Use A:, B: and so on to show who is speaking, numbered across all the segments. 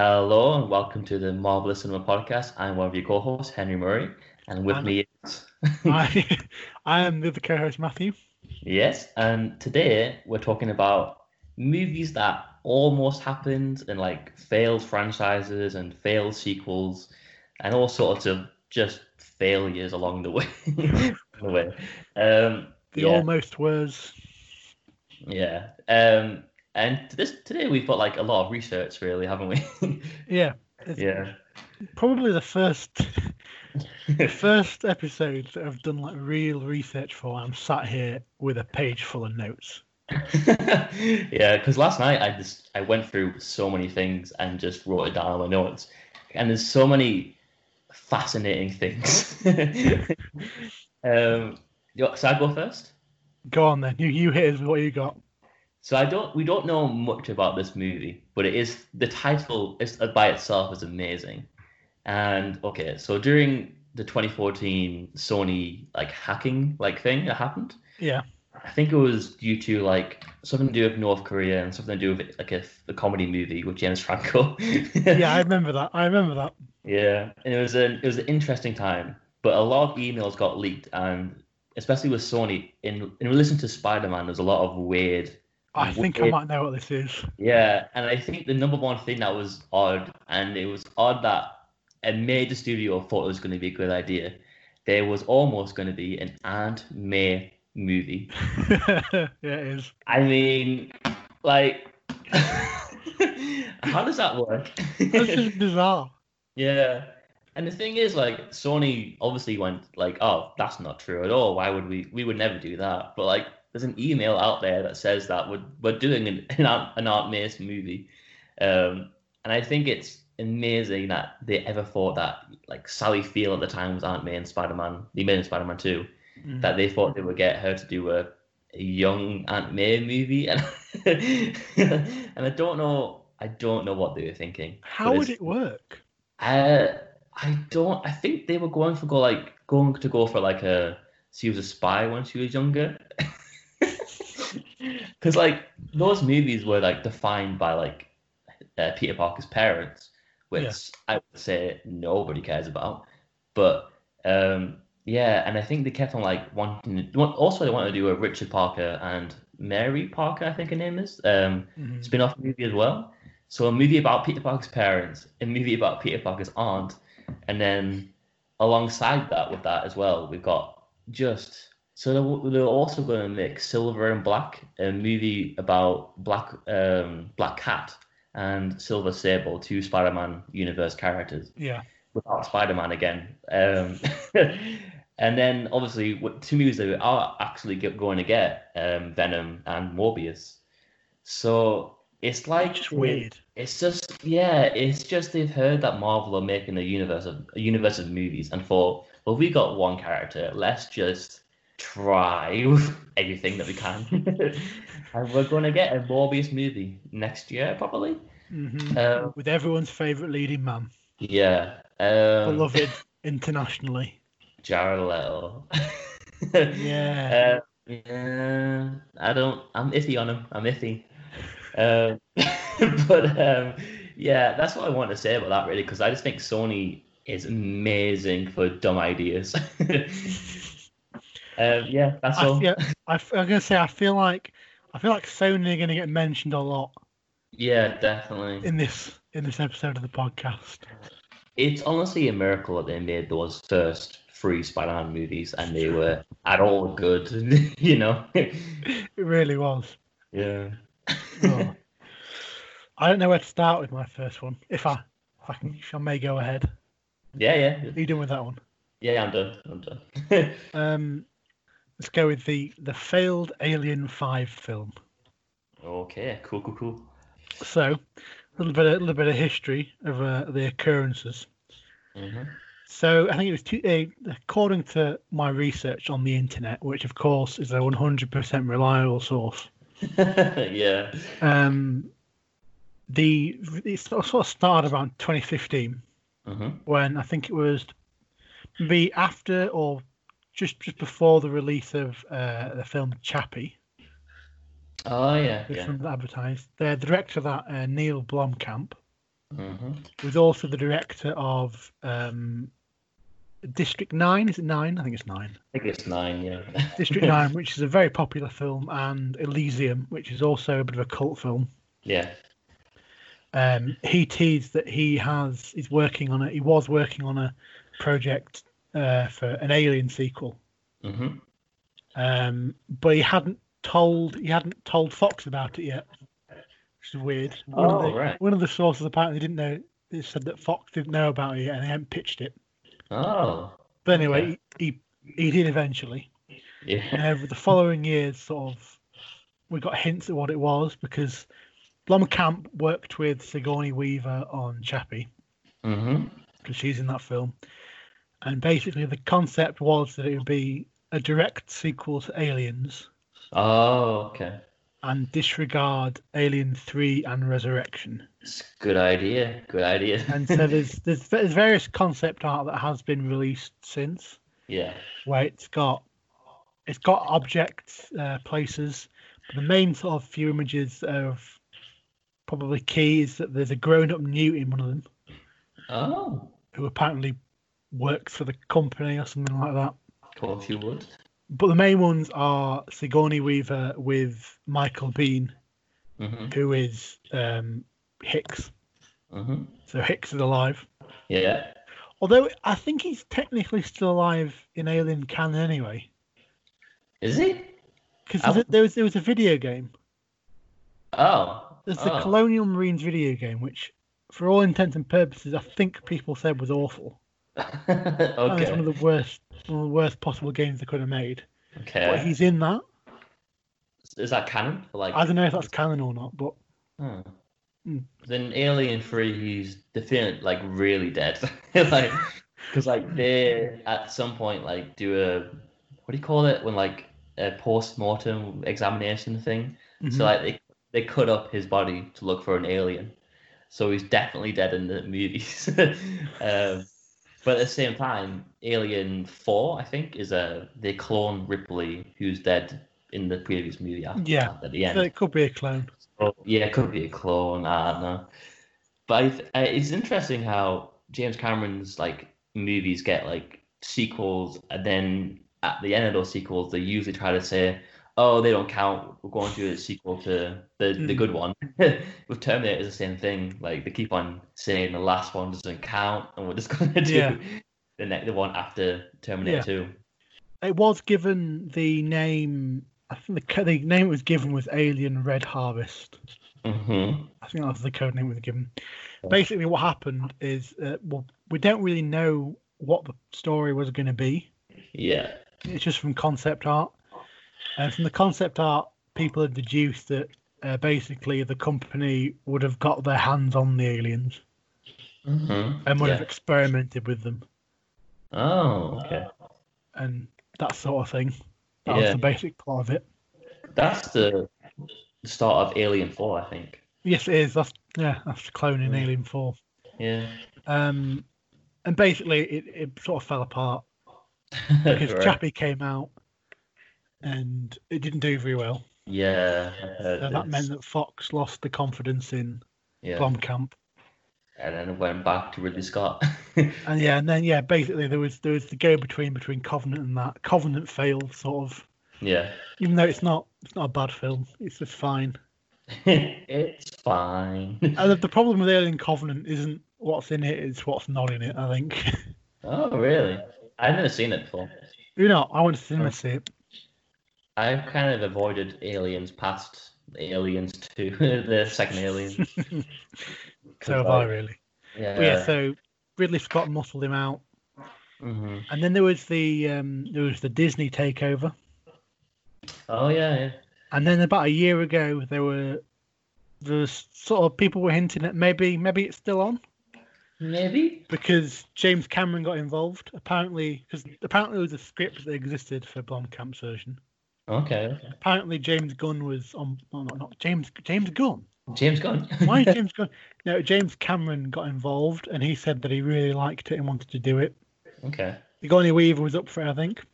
A: Hello and welcome to the Marvelous Cinema Podcast. I'm one of your co-hosts, Henry Murray, and with
B: I'm-
A: me is
B: I, I am the other co-host Matthew.
A: yes. And today we're talking about movies that almost happened and like failed franchises and failed sequels, and all sorts of just failures along the way. along the way. Um,
B: The
A: yeah.
B: almost was
A: Yeah. Um, and this today we've got like a lot of research, really, haven't we?
B: yeah. It's
A: yeah.
B: Probably the first first episode that I've done like real research for. I'm sat here with a page full of notes.
A: yeah, because last night I just I went through so many things and just wrote it down on my notes, and there's so many fascinating things. um, yo- so I go first.
B: Go on then, you you hit us with what you got.
A: So I don't we don't know much about this movie, but it is the title is uh, by itself is amazing. And okay, so during the 2014 Sony like hacking like thing that happened,
B: Yeah,
A: I think it was due to like something to do with North Korea and something to do with like a, a comedy movie with James Franco.
B: yeah, I remember that. I remember that.
A: yeah. And it was an it was an interesting time, but a lot of emails got leaked, and especially with Sony in in relation to Spider Man, there's a lot of weird.
B: I think I might know what this is.
A: Yeah, and I think the number one thing that was odd, and it was odd that a major studio thought it was going to be a good idea. There was almost going to be an Aunt May movie.
B: yeah, it is.
A: I mean, like, how does that work?
B: That's just bizarre.
A: yeah. And the thing is, like, Sony obviously went, like, oh, that's not true at all. Why would we? We would never do that. But, like, there's an email out there that says that we're, we're doing an, an, Aunt, an Aunt Mace movie. Um, and I think it's amazing that they ever thought that, like, Sally Field at the time was Aunt May in Spider Man, the May in Spider Man 2
B: Mm.
A: that they thought they would get her to do a, a young Aunt May movie, and and I don't know, I don't know what they were thinking.
B: How
A: But
B: would
A: it's-
B: it work?
A: Uh, I don't. I think they were going for go like going to go for like a she was a spy when she was younger. Because like those movies were like defined by like uh, Peter Parker's parents, which I would say nobody cares about. But um, yeah, and I think they kept on like wanting. want- Also, they wanted to do a Richard Parker and Mary Parker, I think her name is, um,
B: Mhm.
A: spin off movie as well. So a movie about Peter Parker's parents, a movie about Peter Parker's aunt, and then alongside that, with that as well, we've got just. So they're, they're also going to make Silver and Black, a movie about Black um, Black Cat and Silver Sable, two Spider-Man universe characters
B: Yeah,
A: without Oh, Spider-Man again. Um, and then obviously what two movies that we are actually get, going to get um, Venom and Morbius. So it's like
B: just weird.
A: It's just yeah, it's just they've heard that Marvel are making a universe of a universe of movies and thought, well, we got one character, let's just try with everything that we can. and we're gonna get a Morbius movie next year, probably.
B: Mhm.
A: Um,
B: With everyone's favourite leading man,
A: yeah. Um,
B: beloved internationally.
A: Jared Leto.
B: Yeah.
A: Uh, yeah. I don't. I'm iffy on him. I'm iffy. Um, but um, yeah, that's what I want to say about that really, because I just think Sony is amazing for dumb ideas. um, yeah, that's
B: I
A: all.
B: feel, I, am gonna say I feel like I feel like Sony are gonna get mentioned a lot
A: Yeah, definitely.
B: in this in this episode of the podcast.
A: It's honestly a miracle that they made those first three Spider-Man movies, and they were at all good. you know.
B: It really was.
A: yeah.
B: Oh. I don't know where to start with my first one. If I if I, can, if I may go ahead.
A: Yeah, yeah,
B: Are you done with that one?
A: yeah. I'm done. I'm done.
B: Um, let's go with the the failed Alien Five film.
A: Okay, cool, cool, cool.
B: So, a little bit a little bit of history of uh, the occurrences.
A: Mm-hmm.
B: So I think it was two, uh, according to my research on the internet, which of course is a 100% reliable source.
A: yeah.
B: Um, the it sort of sort of started around 2015
A: Mhm.
B: when I think it was maybe after or just just before the release of uh, the film Chappie,
A: Oh yeah.
B: which
A: Yeah.
B: was advertised. The director of that uh, Neil Blomkamp,
A: hmm
B: who's also the director of um, District Nine. Is it nine? I think it's nine.
A: I think it's nine, yeah.
B: District Nine, which is a very popular film, and Elysium, which is also a bit of a cult film.
A: yeah.
B: Um, he teased that he has is working on a he was working on a project uh, for an Alien sequel,
A: hmm
B: um, but he hadn't told he hadn't told Fox about it yet, which is weird. One of
A: Oh,
B: the,
A: right.
B: one of the sources apparently didn't know. It said that Fox didn't know about it yet and they hadn't pitched it.
A: Oh,
B: But anyway, he, he he did eventually.
A: yeah.
B: And over the following years, sort of, we got hints at what it was because Blomkamp worked with Sigourney Weaver on Chappie
A: hmm
B: because she's in that film. And basically, the concept was that it would be a direct sequel to Aliens
A: Oh, okay.
B: and disregard Alien 3 and Resurrection.
A: It's a good idea. Good idea.
B: And so there's, there's, there's various concept art that has been released since.
A: yeah.
B: where it's got it's got objects, uh, places. But the main sort of few images of probably key is that there's a grown-up newt in one of them
A: Oh,
B: who apparently works for the company or something like that.
A: of course you would.
B: But the main ones are Sigourney Weaver with Michael Bean,
A: hmm
B: who is um, Hicks.
A: hmm
B: So Hicks is alive.
A: Yeah.
B: Although I think he's technically still alive in Alien canon anyway,
A: Is he? I
B: because
A: w-
B: there was there was a video game
A: Oh.
B: There's the
A: oh.
B: Colonial Marines video game, which, for all intents and purposes, I think people said was awful. I think
A: okay.
B: It's one of the worst, one of the worst possible games they could have made. But
A: okay.
B: he's in that.
A: Is that canon? Like,
B: I don't know if that's canon or not, but
A: Hmm.
B: Hmm.
A: Then Alien Three, he's definitely like really dead, like because like
B: Hmm.
A: they at some point like do a what do you call it when like a post mortem examination thing.
B: mhm.
A: So like they they cut up his body to look for an alien, so he's definitely dead in the movies. um, but at the same time, Alien Four, I think, is a they clone Ripley, who's dead in the previous movie. After
B: Yeah.
A: that, at the end.
B: So it could be a clone.
A: Oh, yeah, it could be a clone. I don't know. But I th- I- it's interesting how James Cameron's like movies get like sequels, and then at the end of those sequels, they usually try to say, "Oh, they don't count. We're going to do a sequel to the the
B: Mm.
A: good one." With Terminator, it's the same thing. Like they keep on saying the last one doesn't count, and we're just going to do
B: Yeah.
A: the next the one after Terminator
B: Yeah.
A: Two.
B: It was given the name. I think the co- the name it was given was Alien Red Harvest.
A: Mm-hmm.
B: I think that was the code name we were given. Basically, what happened is, uh, well, we don't really know what the story was going to be.
A: Yeah.
B: It's just from concept art. And from the concept art, people had deduced that uh, basically the company would have got their hands on the aliens
A: Mm-hmm.
B: and would
A: yeah.
B: have experimented with them
A: Oh, okay.
B: and that sort of thing. That was
A: Yeah.
B: the basic plot of it.
A: That's the start of Alien Four, I think.
B: Yes, it is. That's yeah, that's cloning
A: Mm.
B: Alien Four.
A: Yeah.
B: Um, and basically, it, it sort of fell apart because
A: Right.
B: Chappie came out and it didn't do very well.
A: Yeah. I heard
B: So that
A: this.
B: meant that Fox lost the confidence in
A: yeah.
B: Blomkamp.
A: And then it went back to Ridley Scott.
B: And yeah, and then yeah, basically there was there was the go between between Covenant and that. Covenant failed, sort of.
A: yeah.
B: Even though it's not it's not a bad film, it's just fine.
A: it's fine.
B: And the, the problem with Alien Covenant isn't what's in it; it's what's not in it. I think.
A: Oh, really? I've never seen it before.
B: you know, I went to cinema to see it.
A: I've kind of avoided Aliens past Aliens Two, the second Alien.
B: So have I really.
A: Yeah.
B: But yeah, so Ridley Scott muscled him out,
A: hmm
B: and then there was the um, there was the Disney takeover,
A: Oh yeah, yeah.
B: and then about a year ago there were there was sort of people were hinting that maybe maybe it's still on.
A: Maybe.
B: because James Cameron got involved. Apparently, because apparently it was a script that existed for Blomkamp's version.
A: Okay. okay.
B: Apparently, James Gunn was on. No, not, not James. James Gunn.
A: James Gunn.
B: Why is James Gunn? No, James Cameron got involved, and he said that he really liked it and wanted to do it.
A: okay.
B: The Sigourney Weaver was up for it, I think.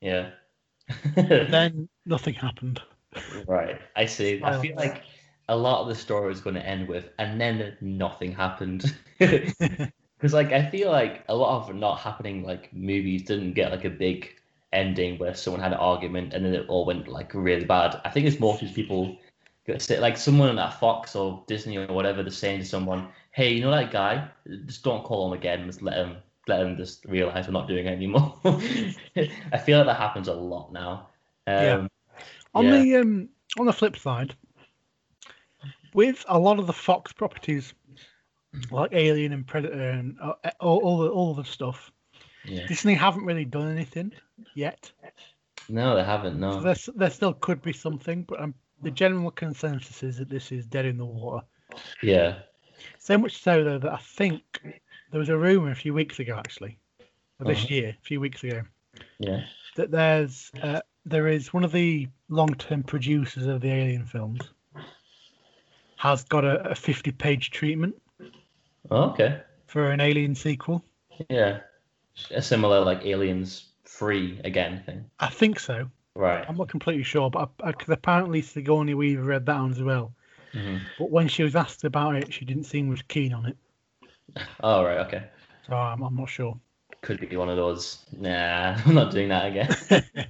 A: Yeah.
B: Then nothing happened.
A: Right, I see. I feel
B: Silence.
A: like a lot of the story was going to end with, and then nothing happened. Because like I feel like a lot of not happening like movies didn't get like a big ending where someone had an argument and then it all went like really bad. I think it's more because people say like someone at Fox or Disney or whatever they're saying to someone, "Hey, you know that guy? Just don't call him again. Just let him let him just realize we're not doing it anymore." I feel like that happens a lot now. Um,
B: yeah. On
A: yeah.
B: the um, on the flip side, with a lot of the Fox properties like Alien and Predator and all, all the all the stuff.
A: Yeah.
B: Disney haven't really done anything yet.
A: No, they haven't. No,
B: So there, s- there still could be something, but um, the general consensus is that this is dead in the water.
A: yeah,
B: So much so though that I think there was a rumor a few weeks ago, actually, or this
A: Uh-huh.
B: year, a few weeks ago,
A: yeah,
B: that there's uh, there is one of the long-term producers of the Alien films has got a, a 50-page treatment
A: Oh, okay,
B: for an Alien sequel.
A: yeah, a similar like Aliens Free again thing,
B: I think so.
A: right?
B: I'm not completely sure, but because apparently Sigourney Weaver read that one as well.
A: Mhm.
B: But when she was asked about it, she didn't seem as keen on it.
A: Oh, right, okay.
B: So I'm, I'm not sure.
A: could be one of those. Nah, I'm not doing that again.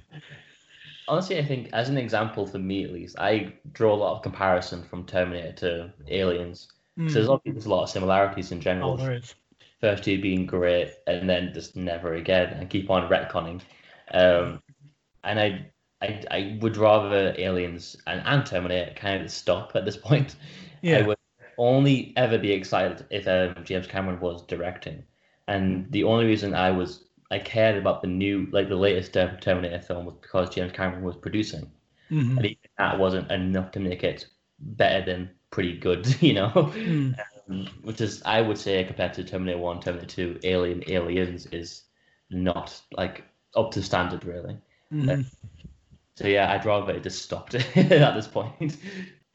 A: Honestly, I think as an example for me at least, I draw a lot of comparison from Terminator to Aliens.
B: Mm.
A: So there's obviously there's a lot of similarities in
B: oh,
A: general.
B: there is.
A: First two being great, and then just never again, and keep on retconning. Um, and I, I, I would rather Aliens and, and Terminator kind of stop at this point. I
B: Yeah.
A: would only ever be excited if um, James Cameron was directing. And the only reason I was I cared about the new like the latest Ter- Terminator film was because James Cameron was producing.
B: Mhm.
A: And even that wasn't enough to make it better than pretty good, you know.
B: Mm.
A: Um, Which is I would say compared to Terminator One, Terminator Two, Alien, Aliens is not like up to standard really.
B: Mhm.
A: So yeah, I'd rather it just stopped at this point.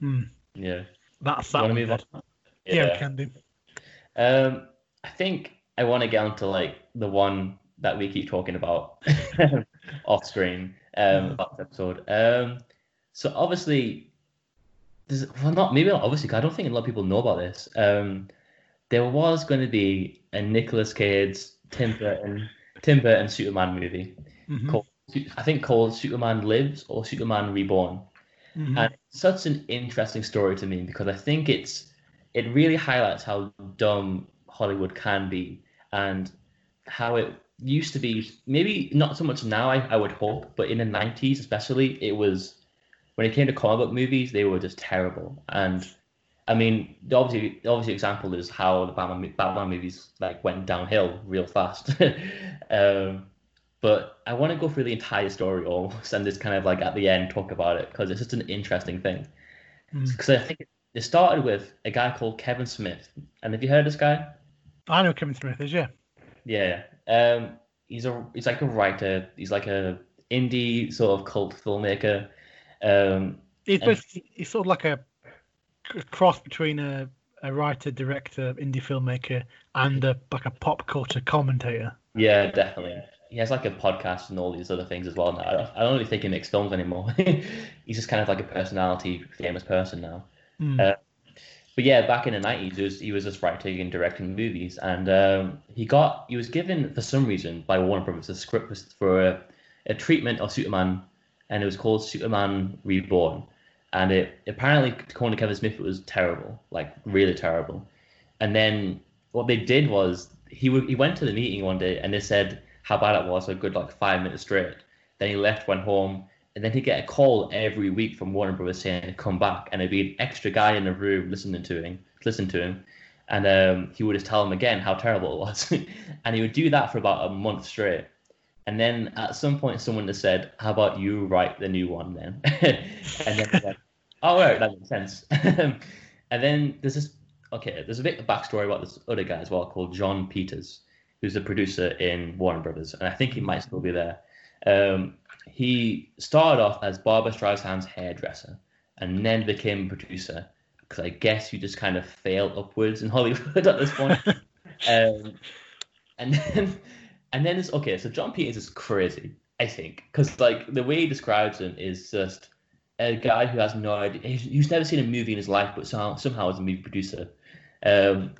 B: Mm.
A: Yeah.
B: That's
A: You
B: that.
A: wanna
B: one
A: move
B: dead.
A: on?
B: Yeah, we can do.
A: Um, I think I want to get onto like the one that we keep talking about off screen um, about this episode. Um, so obviously, there's well not maybe not obviously. 'cause I don't think a lot of people know about this. Um, there was going to be a Nicolas Cage, Tim Burton, Tim Burton Superman movie.
B: Mhm.
A: Cool. I think called Superman Lives or Superman Reborn
B: Mhm.
A: and it's such an interesting story to me because I think it's it really highlights how dumb Hollywood can be and how it used to be. Maybe not so much now, I, I would hope, but in the nineties especially, it was when it came to comic book movies, they were just terrible. And I mean, the obviously, the obvious example is how the Batman mo- Batman movies like went downhill real fast. um, but I want to go through the entire story almost and just kind of like at the end talk about it because it's just an interesting thing.
B: Mm.
A: Because I think it started with a guy called Kevin Smith. And have you heard of this guy?
B: I know Kevin Smith is, yeah.
A: Yeah. Um, he's a he's like a writer. He's like a indie sort of cult filmmaker. Um,
B: He's,
A: And-
B: basically, he's sort of like a c- cross between a, a writer, director, indie filmmaker, and a, like a pop culture commentator.
A: yeah, definitely. He has like a podcast and all these other things as well. Now I don't, I don't really think he makes films anymore. he's just kind of like a personality, famous person now.
B: Mm.
A: Uh, but yeah, back in the nineties, he was, he was just writing and directing movies, and um, he got he was given for some reason by Warner Brothers a script for, for a, a treatment of Superman, and it was called Superman Reborn, and it apparently according to Kevin Smith, it was terrible, like really terrible, and then what they did was he w- he went to the meeting one day and they said how bad it was a good like five minutes straight. Then he left, went home, and then he'd get a call every week from Warner Brothers saying come back, and it'd be an extra guy in the room listening to him, listen to him, and um, he would just tell him again how terrible it was, and he would do that for about a month straight. And then at some point, someone just said, "How about you write the new one then?" and then he went, "Oh, right, that makes sense." and then there's this okay. There's a bit of backstory about this other guy as well called John Peters, who's the producer in Warner Brothers, and I think he might still be there. Um, he started off as Barbara Streisand's hairdresser and then became a producer because I guess you just kind of fail upwards in Hollywood at this point. um, and then, and then it's okay. So John Peters is crazy, I think, because like the way he describes him is just a guy who has no idea, he's, he's never seen a movie in his life, but somehow, somehow is a movie producer. Um,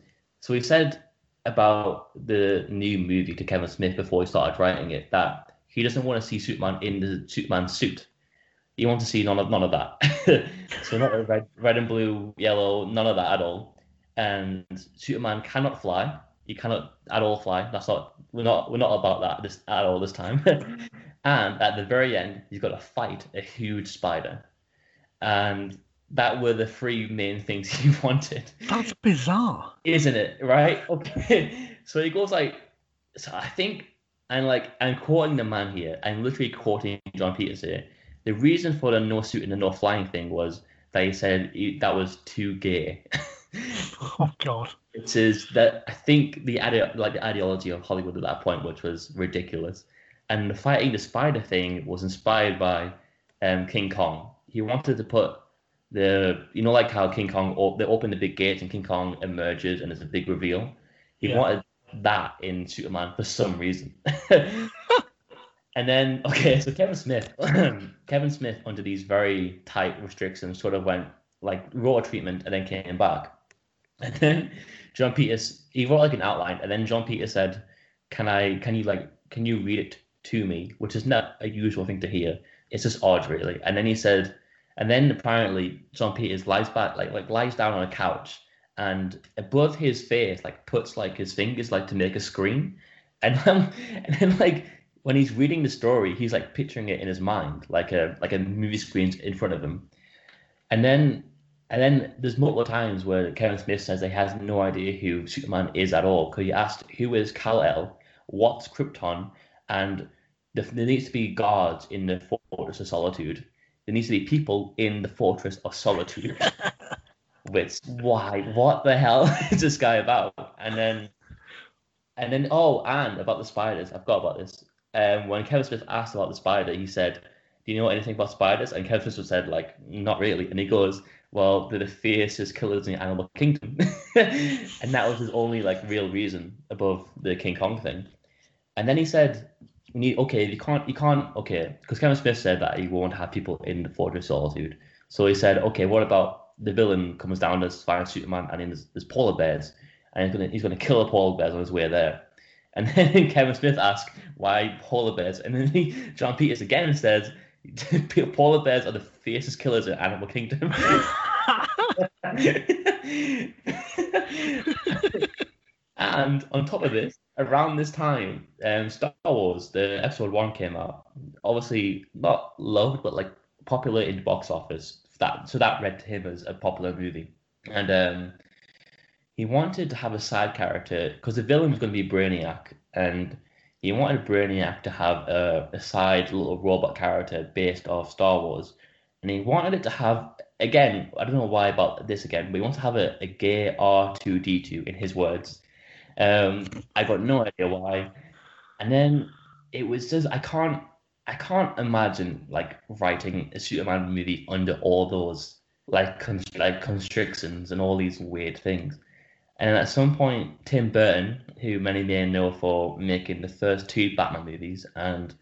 A: so he said about the new movie to Kevin Smith before he started writing it that he doesn't want to see Superman in the Superman suit. He wants to see none of none of that. so not the red, red and blue, yellow, none of that at all. And Superman cannot fly. He cannot at all fly. That's not we're not we're not about that this at all this time. and at the very end, he's got to fight a huge spider. And that were the three main things he wanted.
B: That's bizarre,
A: isn't it? Right? Okay. So he goes like, so I think, and like, I'm quoting the man here. I'm literally quoting John Peters here. The reason for the no suit and the no flying thing was they said he, that was too gay.
B: oh God!
A: It is that I think the ide- like the ideology of Hollywood at that point, which was ridiculous, and the fighting the spider thing was inspired by um, King Kong. He wanted to put the you know like how King Kong op- they open the big gate and King Kong emerges and it's a big reveal. He yeah. wanted that in Superman for some reason. and then okay, so Kevin Smith, Kevin Smith under these very tight restrictions sort of went like wrote a treatment and then came back. And then John Peters he wrote like an outline and then John Peters said, "Can I? Can you like? Can you read it to me?" Which is not a usual thing to hear. It's just odd, really. And then he said. And then apparently John Peters lies back, like like lies down on a couch, and above his face, like puts like his fingers, like to make a screen, and um, and then like when he's reading the story, he's like picturing it in his mind, like a like a movie screen in front of him, and then and then there's multiple times where Kevin Smith says he has no idea who Superman is at all, because he asked who is Kal El, what's Krypton, and there, there needs to be guards in the Fortress of Solitude there needs to be people in the fortress of solitude. Which why what the hell is this guy about? And then and then oh and about the spiders, I forgot about this. Um, when Kevin Smith asked about the spider, he said, Do you know anything about spiders? And Kevin Smith said, like, not really. And he goes, Well, they're the fiercest killers in the animal kingdom. and that was his only like real reason above the King Kong thing. And then he said, we need okay you can't you can't okay because kevin smith said that he won't have people in the fortress solitude so he said okay what about the villain comes down as fire superman and then there's, there's, polar bears and he's gonna he's gonna kill a polar bears on his way there and then kevin smith asks why polar bears and then he, john peters again says polar bears are the fiercest killers in animal kingdom And on top of this, around this time, um, Star Wars, the episode one came out. Obviously, not loved, but like popular in the box office. That so that read to him as a popular movie, and um, he wanted to have a side character because the villain was going to be Brainiac, and he wanted Brainiac to have a, a side little robot character based off Star Wars, and he wanted it to have again. I don't know why about this again, but he wants to have a, a gay R two D two in his words. Um, I got no idea why. And then it was just I can't I can't imagine like writing a Superman movie under all those like const- like constrictions and all these weird things. And at some point, Tim Burton, who many may know for making the first two Batman movies, and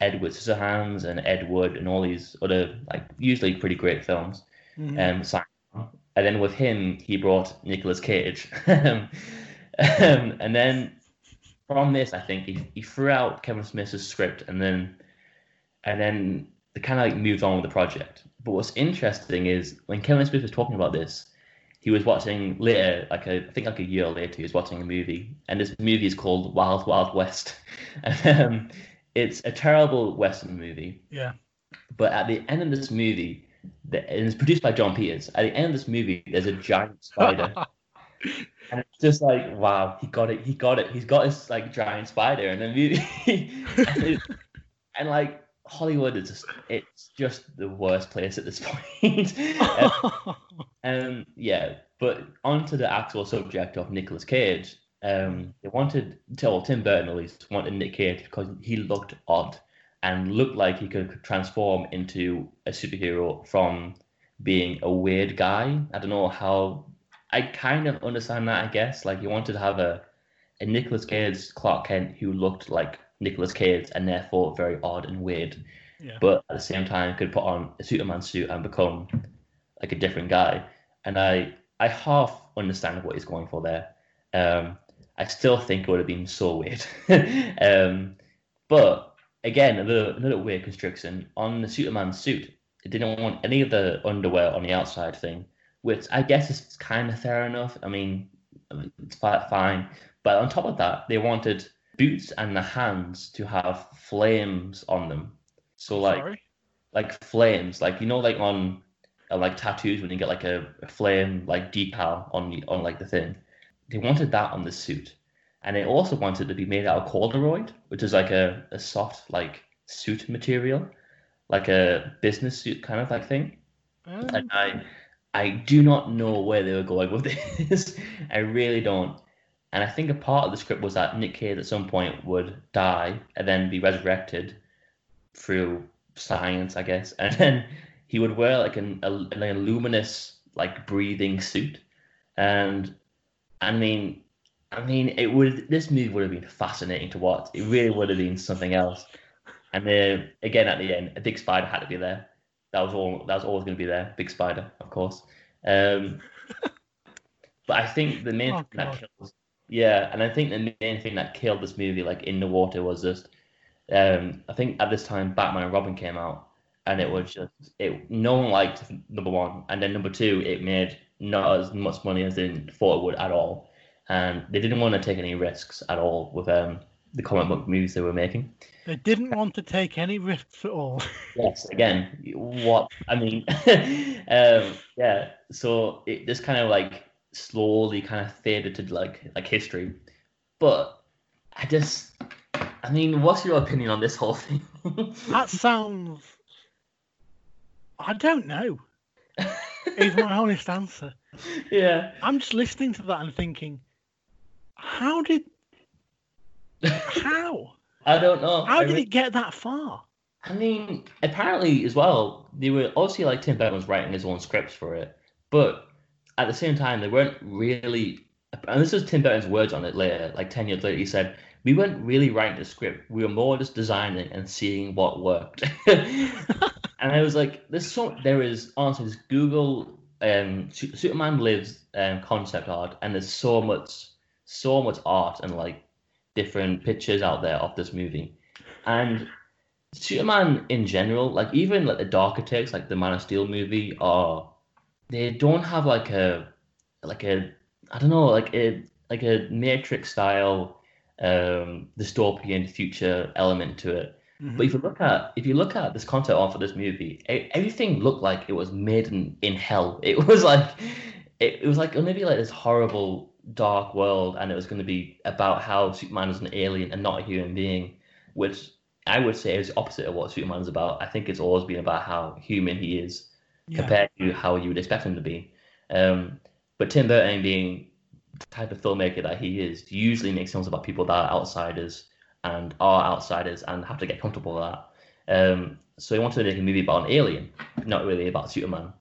A: Edward Scissorhands and Ed Wood and all these other like usually pretty great films, mm mm-hmm. um, and then with him, he brought Nicolas Cage. Um, and then from this, I think he, he threw out Kevin Smith's script, and then and then they kind of like moved on with the project. But what's interesting is when Kevin Smith was talking about this, he was watching later, like a, I think like a year later, he was watching a movie, and this movie is called Wild Wild West. and, um, it's a terrible western movie.
B: Yeah.
A: But at the end of this movie, the, and it's produced by John Peters. At the end of this movie, there's a giant spider. and it's just like wow he got it he got it he's got his like giant spider and then and, and, like hollywood is just it's just the worst place at this point um, and yeah but onto the actual subject of Nicolas cage um they wanted well, tim burton at least wanted nick cage because he looked odd and looked like he could transform into a superhero from being a weird guy i don't know how I kind of understand that, I guess. Like, you wanted to have a, a Nicholas Cage Clark Kent who looked like Nicholas Cage and therefore very odd and weird.
B: Yeah.
A: but at the same time could put on a Superman suit and become like a different guy. And I I half understand what he's going for there. Um, I still think it would have been so weird. um, but again, another another weird constriction on the Superman suit. It didn't want any of the underwear on the outside thing, which I guess is kind of fair enough. I mean, it's fi- fine. But on top of that, they wanted boots and the hands to have flames on them. So like
B: Sorry.
A: like flames, like you know, like on uh, like tattoos when you get like a, a flame like decal on the on like the thing. They wanted that on the suit, and they also wanted to be made out of corduroy, which is like a, a soft like suit material, like a business suit kind of like thing.
B: Um,
A: And I I do not know where they were going with this. I really don't. And I think a part of the script was that Nick Cage at some point would die and then be resurrected through science, I guess. And then he would wear like an a, like a luminous like breathing suit. And I mean I mean it would this movie would have been fascinating to watch. It really would have been something else. And then again at the end, a big spider had to be there that was all that was always going to be there. Big spider, of course. Um, but I think the main
B: Oh,
A: thing that
B: God.
A: killed, yeah, and I think the main thing that killed this movie, like in the water, was just um, I think at this time Batman and Robin came out, and it was just it. No one liked number one, and then number two, it made not as much money as they thought it would at all, and Um, they didn't want to take any risks at all with um, the comic book movies they were making.
B: they didn't want to take any risks at all.
A: Yes, again, what I mean, um, yeah. So it just kind of like slowly kind of faded to like like history, but I just, I mean, what's your opinion on this whole thing?
B: That sounds. I don't know. is my honest answer.
A: yeah,
B: I'm just listening to that and thinking, how did how
A: I don't know.
B: how
A: I
B: did
A: re-
B: it get that far?
A: I mean, apparently as well, they were obviously like Tim Burton was writing his own scripts for it, but at the same time, they weren't really. And this is Tim Burton's words on it later, like ten years later, he said, "We weren't really writing the script. We were more just designing and seeing what worked." and I was like, "There's so there is honestly this Google um, Su- Superman Lives um, concept art, and there's so much, so much art and like different pictures out there of this movie, and." Superman in general, like even like the darker takes, like the Man of Steel movie, are they don't have like a like a I don't know like a like a Matrix style um dystopian future element to it. But if you look at if you look at this concept art for this movie, e- everything looked like it was made in, in hell. It was like it, it was like going to be like this horrible dark world, and it was going to be about how Superman is an alien and not a human being, which I would say is opposite of what Superman's about. I think it's always been about how human he is
B: yeah.
A: compared to how you would expect him to be. Um, but Tim Burton, being the type of filmmaker that he is, usually makes films about people that are outsiders and are outsiders and have to get comfortable with that. Um, so he wanted to make a movie about an alien, not really about Superman.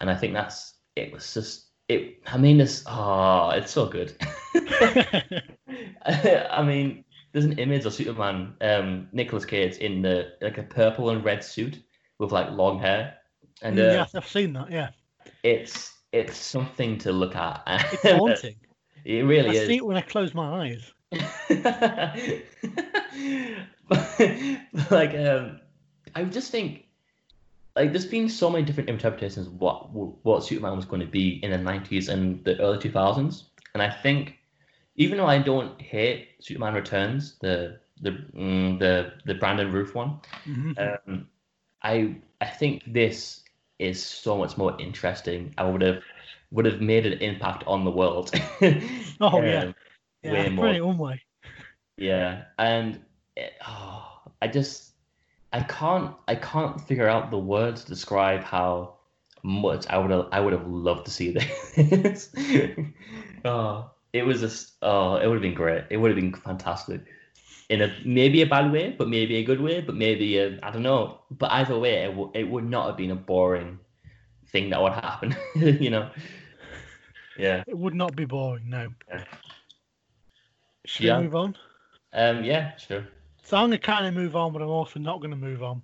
A: And I think that's it was just it. I mean, this ah, it's so good. I mean, there's an image of Superman, um, Nicholas Cage in the like a purple and red suit with like long hair, and uh,
B: yes, I've seen that. Mm, Yeah,
A: it's it's something to look at.
B: it's haunting.
A: it
B: I
A: really
B: see
A: is.
B: it when I close my eyes.
A: like um, I just think like there's been so many different interpretations of what what Superman was going to be in the 90s and the early 2000s, and I think even though I don't hate Superman Returns, the the mm, the the Brandon Roof one,
B: Mhm.
A: um, I I think this is so much more interesting. I would have would have made an impact on the world. Um,
B: Oh, yeah. yeah,
A: way
B: I'm
A: more.
B: pretty one way.
A: Yeah, and it, oh, I just I can't I can't figure out the words to describe how much I would have I would have loved to see this. oh, it was just oh, it would have been great. It would have been fantastic. In a maybe a bad way, but maybe a good way, but maybe I I don't know. But either way, it, w- it would not have been a boring thing that would happen, you know. Yeah.
B: It would not be boring. No.
A: Yeah.
B: Should
A: Yeah.
B: we move on?
A: Um. Yeah. Sure.
B: So I'm gonna kind of move on, but I'm also not gonna move on.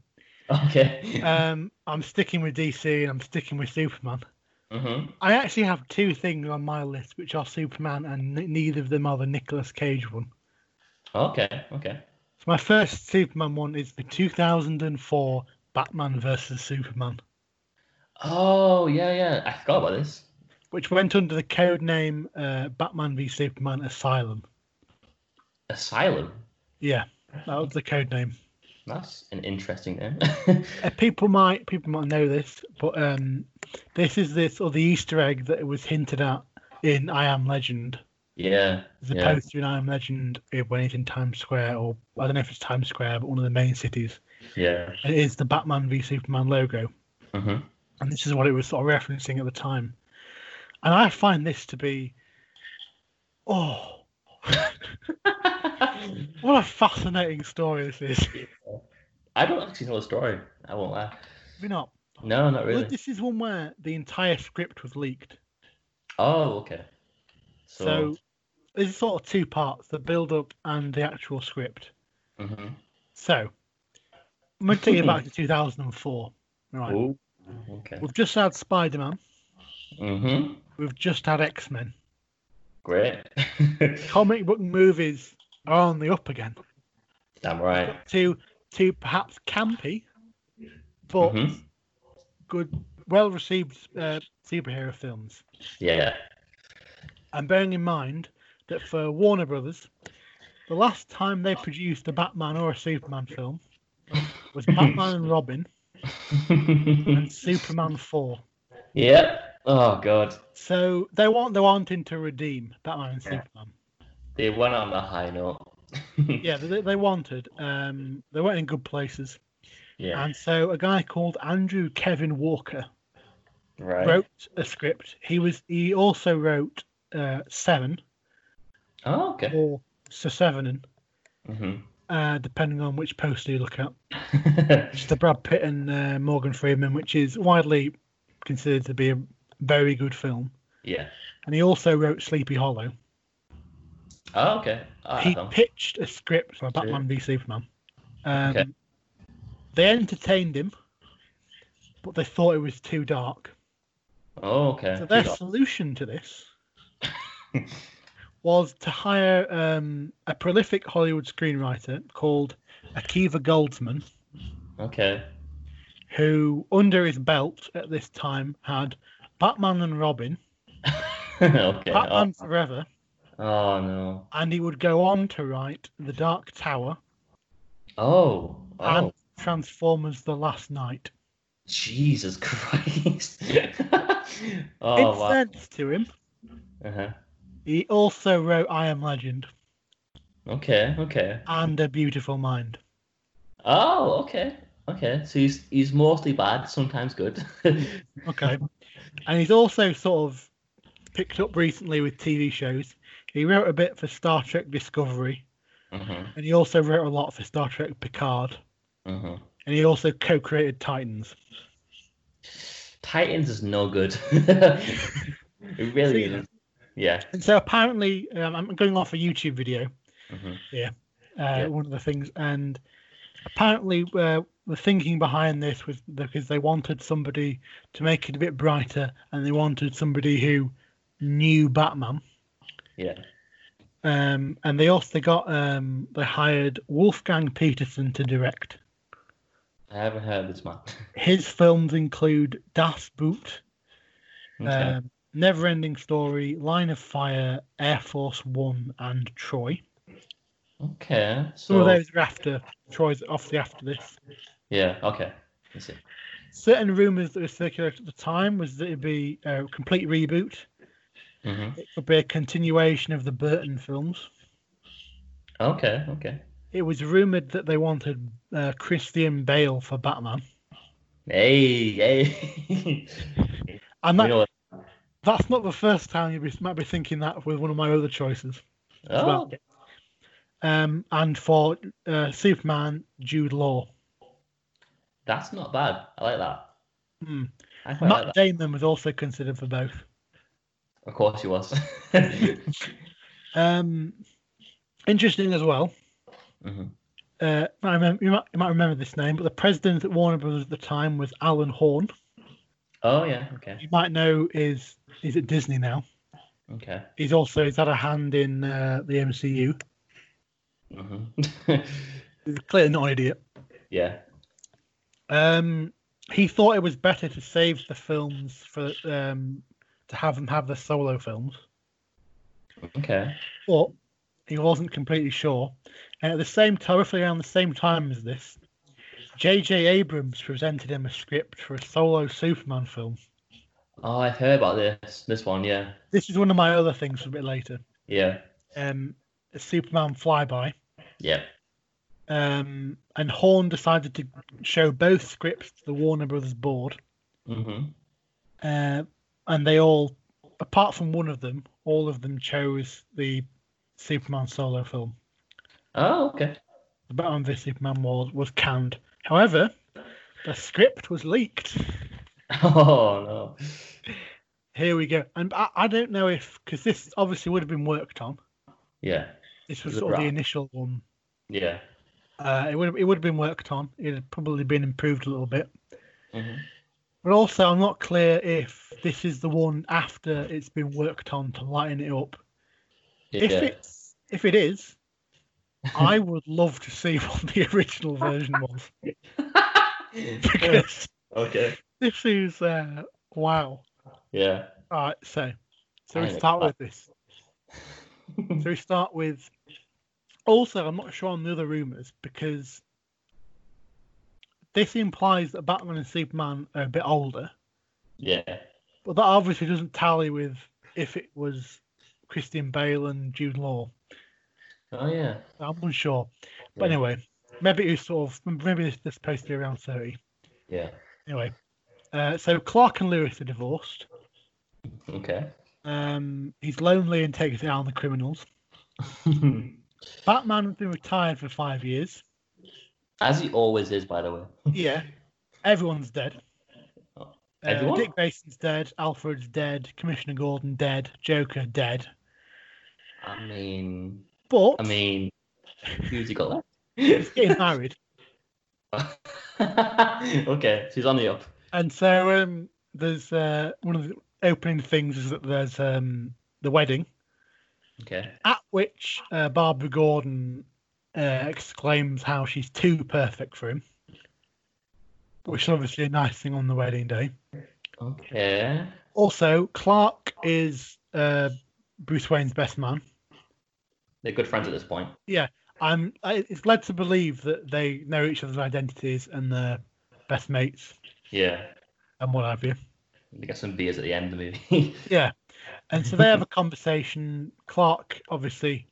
A: Okay.
B: Um, I'm sticking with DC and I'm sticking with Superman.
A: hmm
B: I actually have two things on my list, which are Superman, and n- neither of them are the Nicolas Cage one.
A: Okay. Okay.
B: So my first Superman one is the 2004 Batman versus Superman,
A: Oh yeah, yeah. I forgot about this.
B: which went under the code name uh, Batman v Superman Asylum.
A: Asylum.
B: Yeah, that was the code name.
A: That's an interesting name.
B: Uh, people might people might know this, but um, this is this or the Easter egg that was hinted at in I Am Legend.
A: yeah.
B: The
A: yeah.
B: poster in I Am Legend uh, when it's in Times Square, or I don't know if it's Times Square, but one of the main cities.
A: Yeah.
B: It is the Batman v Superman logo,
A: hmm
B: and this is what it was sort of referencing at the time. And I find this to be, oh, what a fascinating story this is.
A: I don't actually know the story. I won't lie.
B: Maybe not.
A: No, not
B: Well,
A: Oh, really.
B: This is one where the entire script was leaked.
A: Oh, okay.
B: So
A: So.
B: there's sort of two parts: the build-up and the actual script.
A: hmm
B: So I'm going to take you back to 2004. Right,
A: Oh. Okay.
B: we've just had Spider-Man,
A: hmm
B: we've just had X-Men.
A: Great.
B: Comic book movies are on the up again.
A: Damn right.
B: To to perhaps campy, but
A: Mhm.
B: good, well-received uh, superhero films.
A: Yeah.
B: And bearing in mind that for Warner Brothers, the last time they produced a Batman or a Superman film was Batman and Robin and Superman 4.
A: yeah. Oh god.
B: So they want they wanting to redeem Batman and
A: Yeah.
B: Superman.
A: They went on a high note.
B: Yeah, they, they wanted. Um, they weren't in good places.
A: yeah.
B: And so a guy called Andrew Kevin Walker
A: Right.
B: wrote a script. He was he also wrote uh, Seven
A: Oh, okay.
B: or Sir Sevenin,
A: hmm
B: uh, depending on which poster you look at.
A: Mm-hmm.
B: It's the Brad Pitt and uh, Morgan Freeman, which is widely considered to be a very good film.
A: yeah.
B: And he also wrote Sleepy Hollow.
A: Oh, okay. Oh,
B: he
A: I
B: pitched a script for Batman v Superman. Um,
A: Okay.
B: They entertained him, but they thought it was too dark.
A: oh okay.
B: So their solution to this was to hire um, a prolific Hollywood screenwriter called Akiva Goldsman,
A: Okay.
B: who, under his belt at this time, had Batman and Robin,
A: okay. Oh,
B: Batman Forever,
A: oh, no.
B: and he would go on to write The Dark Tower
A: Oh. Wow.
B: and Transformers: The Last Night.
A: Jesus Christ. oh
B: It
A: wow.
B: sense to him.
A: Uh-huh.
B: He also wrote I Am Legend
A: Okay. Okay.
B: and A Beautiful Mind.
A: Oh, okay. Okay. So he's he's mostly bad, sometimes good. Mm-hmm,
B: Okay. Um, and he's also sort of picked up recently with TV shows. He wrote a bit for Star Trek Discovery,
A: mhm.
B: and he also wrote a lot for Star Trek Picard,
A: Mhm.
B: and he also co created Titans.
A: Titans is no good. it really
B: See that?
A: is. Yeah.
B: And so apparently, um, I'm going off a YouTube video,
A: Mhm.
B: uh,
A: Yeah.
B: one of the things, and apparently, uh, the thinking behind this was because they wanted somebody to make it a bit brighter, and they wanted somebody who knew Batman.
A: Yeah.
B: Um, and they also got um, they hired Wolfgang Peterson to direct.
A: I haven't heard this man.
B: His films include Das Boot,
A: Okay.
B: um, Never Ending Story, Line of Fire, Air Force One, and Troy.
A: okay.
B: Some
A: So
B: of those are after Troy's obviously after this.
A: yeah. Okay. I see.
B: Certain rumors that were circulated at the time was that it'd be a complete reboot.
A: Mhm.
B: It could be a continuation of the Burton films.
A: Okay. Okay.
B: It was rumored that they wanted uh, Christian Bale for Batman,
A: Hey. Hey.
B: and
A: You
B: that
A: know what?
B: That's not the first time you be, might be thinking that with one of my other choices. well.
A: Oh, okay.
B: Um, and for uh, Superman, Jude Law.
A: that's not bad. I like that.
B: Hmm.
A: I quite like
B: Matt
A: that.
B: Damon was also considered for both.
A: Of course he was.
B: Um, interesting as well.
A: Mhm.
B: Uh, I remember, you, might, you might remember this name, but the president at Warner Brothers at the time was Alan Horn.
A: Oh yeah. Okay.
B: You might know is he's at Disney now.
A: Okay.
B: He's also he's had a hand in uh, the MCU.
A: hmm
B: He's clearly not an idiot.
A: yeah.
B: Um, he thought it was better to save the films for um, to have them have the solo films,
A: Okay.
B: but he wasn't completely sure. And at the same time, roughly around the same time as this, J.J. Abrams presented him a script for a solo Superman film.
A: Oh, I've heard about this. This one. Yeah.
B: This is one of my other things for a bit later.
A: Yeah.
B: Um, a Superman flyby.
A: Yeah.
B: Um, and Horn decided to show both scripts to the Warner Brothers board.
A: hmm
B: uh, and they all, apart from one of them, all of them chose the Superman solo film.
A: Oh, okay.
B: The Batman v Superman was was canned. However, the script was leaked.
A: Oh no.
B: Here we go. And I, I don't know if because this obviously would have been worked on.
A: Yeah.
B: This was
A: The
B: sort of the
A: wrap.
B: initial one.
A: Yeah.
B: Uh, it would have, it would have been worked on. It had probably been improved a little bit.
A: hmm
B: But also, I'm not clear if this is the one after it's been worked on to lighten it up.
A: Yeah.
B: If it's if it is, I would love to see what the original version was because
A: okay.
B: this is uh, wow.
A: Yeah.
B: All right, so so
A: I
B: we
A: know.
B: start with this. So we start with. Also, I'm not sure on the other rumors because this implies that Batman and Superman are a bit older,
A: Yeah.
B: but that obviously doesn't tally with if it was Christian Bale and Jude Law.
A: Oh yeah.
B: I'm unsure. But
A: Yeah.
B: anyway, maybe it was sort of maybe this, this supposed to be around thirty.
A: Yeah.
B: Anyway, uh, so Clark and Lewis are divorced.
A: Okay.
B: Um, he's lonely and takes it out on the criminals. Batman has been retired for five years.
A: As he always is, by the way.
B: Yeah, everyone's dead.
A: Oh,
B: Uh,
A: everyone?
B: Dick Grayson's dead. Alfred's dead. Commissioner Gordon dead. Joker dead.
A: I mean,
B: But
A: I mean, who's he got
B: he's getting married,
A: left? okay, she's on the up.
B: and so um, there's uh, one of the opening things is that there's um, the wedding.
A: Okay.
B: At which uh, Barbara Gordon uh, exclaims how she's too perfect for him, which is obviously a nice thing on the wedding day.
A: Okay.
B: Also, Clark is uh, Bruce Wayne's best man.
A: They're good friends at this point.
B: I'm. I, it's led to believe that they know each other's identities and they're best mates
A: Yeah.
B: and what have you.
A: They get some beers at the end of the movie.
B: Yeah, and so they have a conversation. Clark obviously,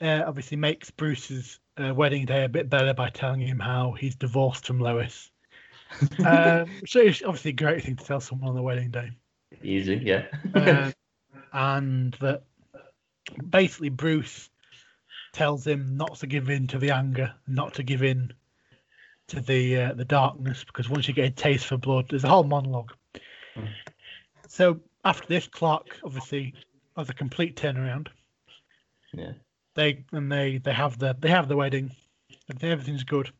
B: uh, obviously makes Bruce's uh, wedding day a bit better by telling him how he's divorced from Lois. uh, so it's obviously a great thing to tell someone on the wedding day,
A: Easy, yeah.
B: uh, and that basically Bruce tells him not to give in to the anger, not to give in to the uh, the darkness, because once you get a taste for blood, there's a whole monologue.
A: Hmm.
B: So after this, Clark obviously has a complete turnaround.
A: Yeah.
B: They and they they have the they have the wedding, and everything's good.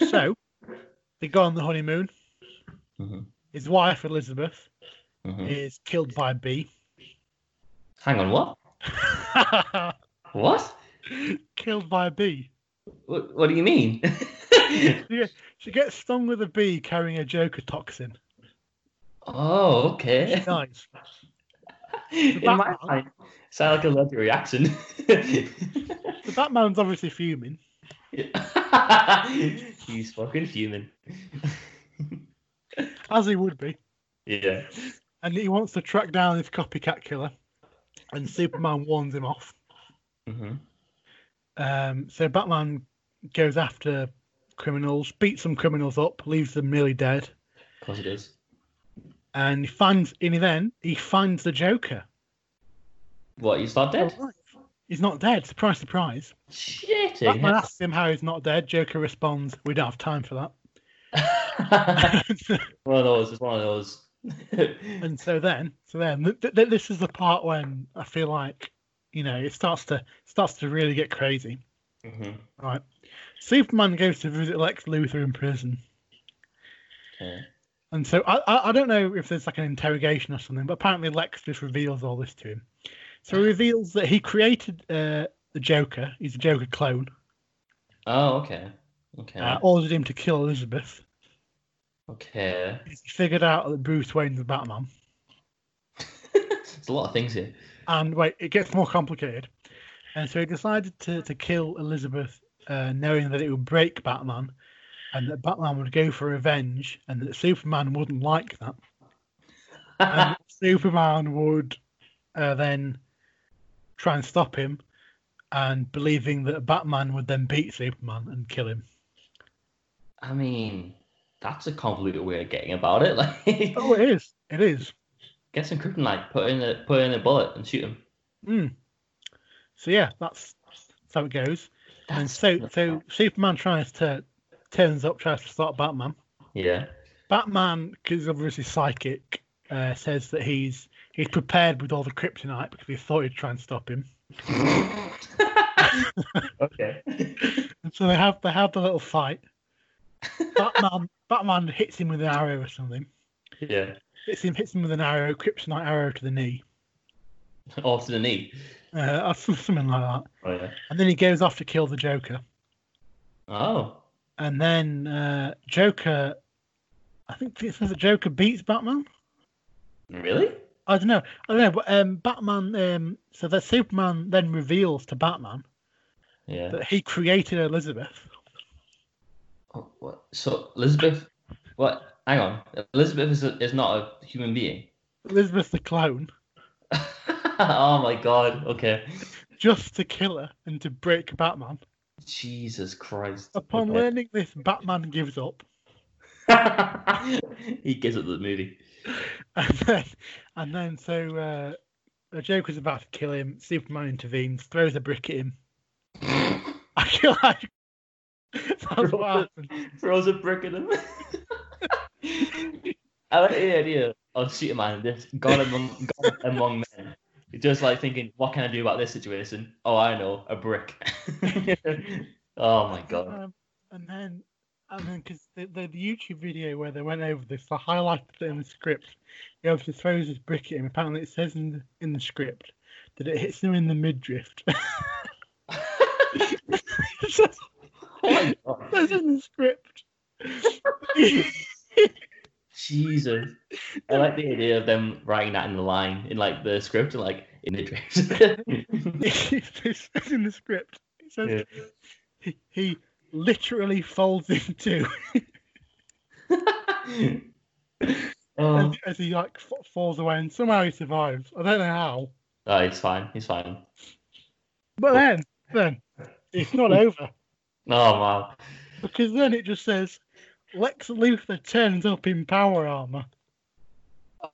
B: so they go on the honeymoon.
A: Mhm,
B: His wife Elizabeth
A: mhm.
B: is killed by a bee.
A: Hang on, what? What?
B: killed by a bee.
A: What, what do you mean?
B: She gets, she gets stung with a bee carrying a Joker toxin.
A: oh,
B: She
A: okay.
B: dies.
A: In my
B: Batman-
A: mind, sound like a lovely reaction.
B: The Batman's obviously fuming.
A: He's fucking fuming.
B: as he would be,
A: Yeah.
B: and he wants to track down this copycat killer, and Superman warns him off.
A: hmm
B: Um, so Batman goes after criminals, beats some criminals up, leaves them nearly dead,
A: Of course it is.
B: and he finds in then he finds the Joker.
A: What, you start dead?
B: Alive. He's not dead. Surprise, surprise.
A: Shit.
B: Batman asks him how he's not dead. Joker responds, "We don't have time for
A: one
B: that."
A: of those. It's one of those.
B: and so then, so then, th- th- th- this is the part when I feel like, you know, it starts to starts to really get crazy.
A: Mm-hmm.
B: Right. Superman goes to visit Lex Luthor in prison.
A: Okay.
B: And so I, I, I don't know if there's like an interrogation or something, but apparently Lex just reveals all this to him. So he reveals that he created uh, the Joker. He's a Joker clone.
A: Oh, okay. Okay.
B: Uh, ordered him to kill Elizabeth.
A: okay.
B: He figured out that Bruce Wayne's the Batman.
A: There's a lot of things here.
B: And wait, it gets more complicated. And so he decided to, to kill Elizabeth, uh, knowing that it would break Batman and that Batman would go for revenge and that Superman wouldn't like that. And Superman would uh, then try and stop him and believing that Batman would then beat Superman and kill him.
A: I mean, that's a convoluted way of getting about it. Like,
B: Oh, it is. It is.
A: get some kryptonite, put in a put in a bullet, and shoot him.
B: Mm. So yeah, that's, that's how it goes. And so, so Superman tries to turns up, tries to stop Batman.
A: yeah.
B: Batman, because obviously psychic, uh, says that he's he's prepared with all the kryptonite because he thought he'd try and stop him.
A: okay.
B: And so they have they have the little fight. Batman Batman hits him with an arrow or something.
A: Yeah.
B: Hits him hits him with an arrow, kryptonite arrow to the knee,
A: Off to the knee.
B: uh, or some- something like that.
A: Oh yeah.
B: And then he goes off to kill the Joker.
A: Oh.
B: And then uh, Joker, I think it says that Joker beats Batman.
A: Really?
B: I don't know. I don't know. But um, Batman. Um, so that Superman then reveals to Batman
A: Yeah.
B: that he created Elizabeth.
A: Oh, what? So Elizabeth, what? Hang on. Elizabeth is is not a human being.
B: Elizabeth the clone,
A: oh my god. Okay.
B: just to kill her and to break Batman.
A: Jesus Christ.
B: Upon
A: Okay.
B: learning this, Batman gives up,
A: he gives up the movie.
B: and then, and then so uh, the Joker's about to kill him. Superman intervenes, throws a brick at him. I feel like that's what happened.
A: Throws a brick at him. I like the idea of Superman, this god among god among men. Just like thinking, what can I do about this situation? Oh, I know, a brick. oh my god.
B: Um, and then, and then, because the, the YouTube video where they went over this, I highlighted it in the script. He obviously throws his brick at him. Apparently, it says in the, in the script that it hits him in the midriff. It says-
A: Oh my God.
B: That's in the script.
A: Jesus. I like the idea of them writing that in the line in like the script and like in the draft.
B: it's in the script. It says
A: Yeah.
B: he, he literally folds in two
A: oh,
B: as, as he like f- falls away, and somehow he survives. I don't know how,
A: oh, it's fine. It's fine.
B: but then then it's not over
A: Oh wow.
B: because then it just says Lex Luthor turns up in power armor.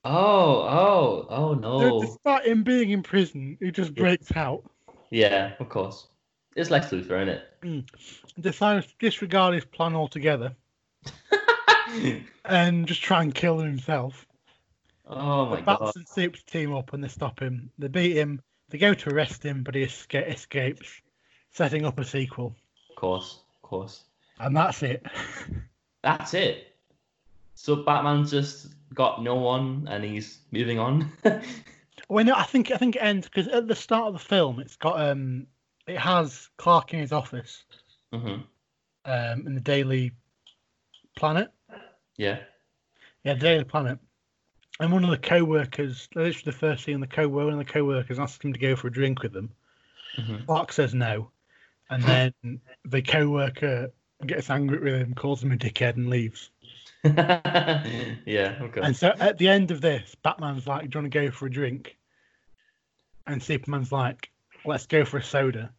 A: Oh, oh, oh
B: So
A: no.
B: despite him being in prison, he just
A: Yeah.
B: breaks out
A: Yeah, of course. It's Lex Luthor, isn't
B: and decides to disregard his plan altogether
A: it?
B: and just try and kill himself.
A: oh my
B: the Bats
A: god.
B: and Supes team up and they stop him. They beat him. They go to arrest him, but he esca- escapes, setting up a sequel.
A: Of course, of course.
B: And that's it.
A: That's it. So Batman's just got no one and he's moving on.
B: Well, no, I think I think it ends because at the start of the film, it's got um, it has Clark in his office
A: hmm
B: um, in the Daily Planet.
A: Yeah.
B: Yeah, the Daily Planet. And one of the co-workers, literally the first scene, the co one of the co-workers asks him to go for a drink with them.
A: Mhm.
B: Clark says no, and then the co-worker gets angry with him, calls him a dickhead, and leaves.
A: yeah, okay.
B: And so at the end of this, Batman's like, "Do you want to go for a drink?" And Superman's like, "Let's go for a soda."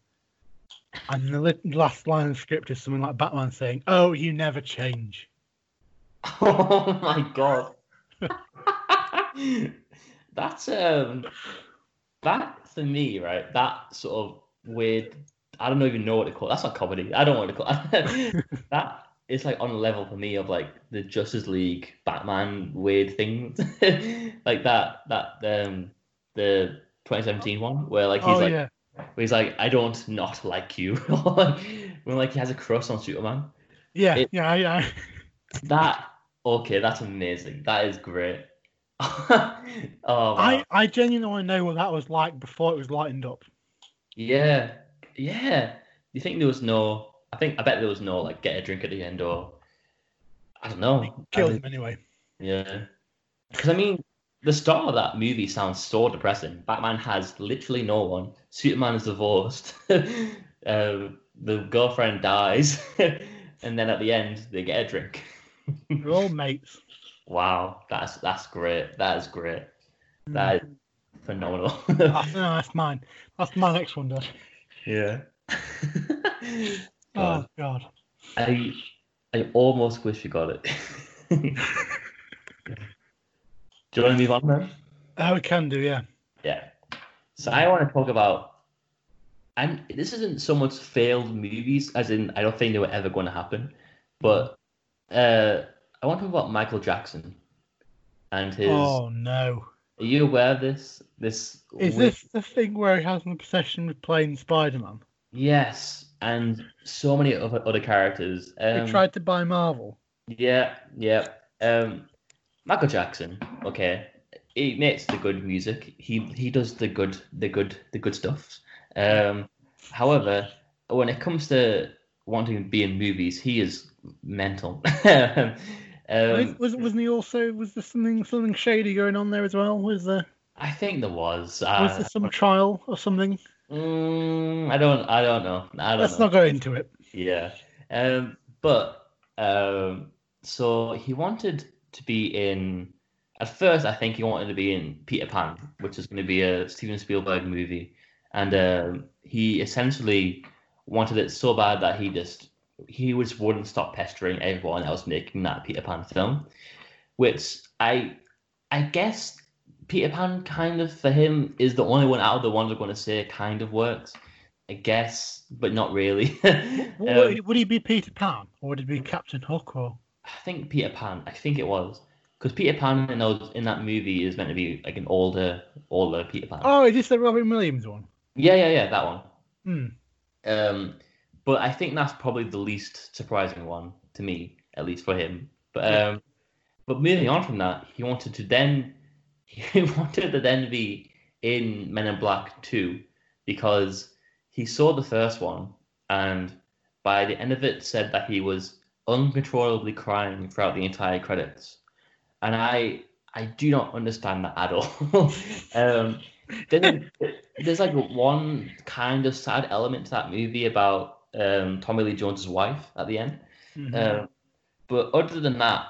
B: And the li- last line of the script is something like Batman saying, "Oh, you never change."
A: Oh my god. That's um that for me, right? That sort of weird I don't even know what to call it. That's not comedy. I don't know what to call it. that is like on a level for me of like the Justice League Batman weird thing. like that that um the 2017 one where like he's
B: oh
A: like
B: yeah,
A: where he's like, I don't not like you. when like he has a crush on Superman.
B: Yeah,
A: It-
B: yeah, yeah.
A: That okay, that's amazing. That is great. oh wow.
B: I, I genuinely want to know what that was like before it was lightened up.
A: yeah. Yeah. You think there was no I think I bet there was no like get a drink at the end or I don't know. I
B: Killed
A: mean,
B: him anyway.
A: Yeah. Because I mean, the start of that movie sounds so depressing. Batman has literally no one. Superman is divorced. uh, the girlfriend dies, and then at the end they get a drink.
B: We're all mates.
A: Wow, that's that's great. That is great. That is phenomenal.
B: Mm. That's, no, that's mine. That's my next one, Dad.
A: yeah.
B: Oh,
A: God,
B: God.
A: I I almost wish you got it. Do you want to move on then?
B: Oh, we can do, yeah.
A: Yeah. So I want to talk about, and this isn't so much failed movies as in I don't think they were ever going to happen, but uh, I want to talk about Michael Jackson and his.
B: Oh, no.
A: Are you aware of this? This
B: Is
A: weird-
B: this the thing where he has an obsession with playing Spider Man?
A: Yes, and so many other other characters. Um,
B: he tried to buy Marvel.
A: Yeah, yeah. Um, Michael Jackson. Okay, he makes the good music. He he does the good the good the good stuff. Um, however, when it comes to wanting to be in movies, he is mental. um,
B: was, wasn't he also, was there something something shady going on there as well? Was there,
A: I think there was.
B: was
A: Uh,
B: there some trial or something?
A: mm, I don't. I don't know. I don't
B: Let's
A: know.
B: not go into it.
A: Yeah. Um, but um, so he wanted to be in. At first, I think he wanted to be in Peter Pan, which is going to be a Steven Spielberg movie, and um, he essentially wanted it so bad that he just he just wouldn't stop pestering everyone else making that Peter Pan film, which I I guess Peter Pan kind of for him is the only one out of the ones I'm going to say kind of works. I guess, but not really.
B: Would,
A: Um,
B: would he be Peter Pan or would he be Captain Hook or
A: I think Peter Pan. I think it was because Peter Pan in those in that movie is meant to be like an older, older Peter Pan.
B: Oh, is this the Robin Williams one?
A: Yeah, yeah, yeah, that one.
B: Hmm.
A: Um, but I think that's probably the least surprising one to me, at least for him. But
B: Yeah.
A: um, but moving on from that, he wanted to then he wanted to then be in Men in Black Two because he saw the first one and by the end of it said that he was uncontrollably crying throughout the entire credits, and I I do not understand that at all. um, then there's like one kind of sad element to that movie about um, Tommy Lee Jones's wife at the end.
B: Mhm.
A: Um, but other than that,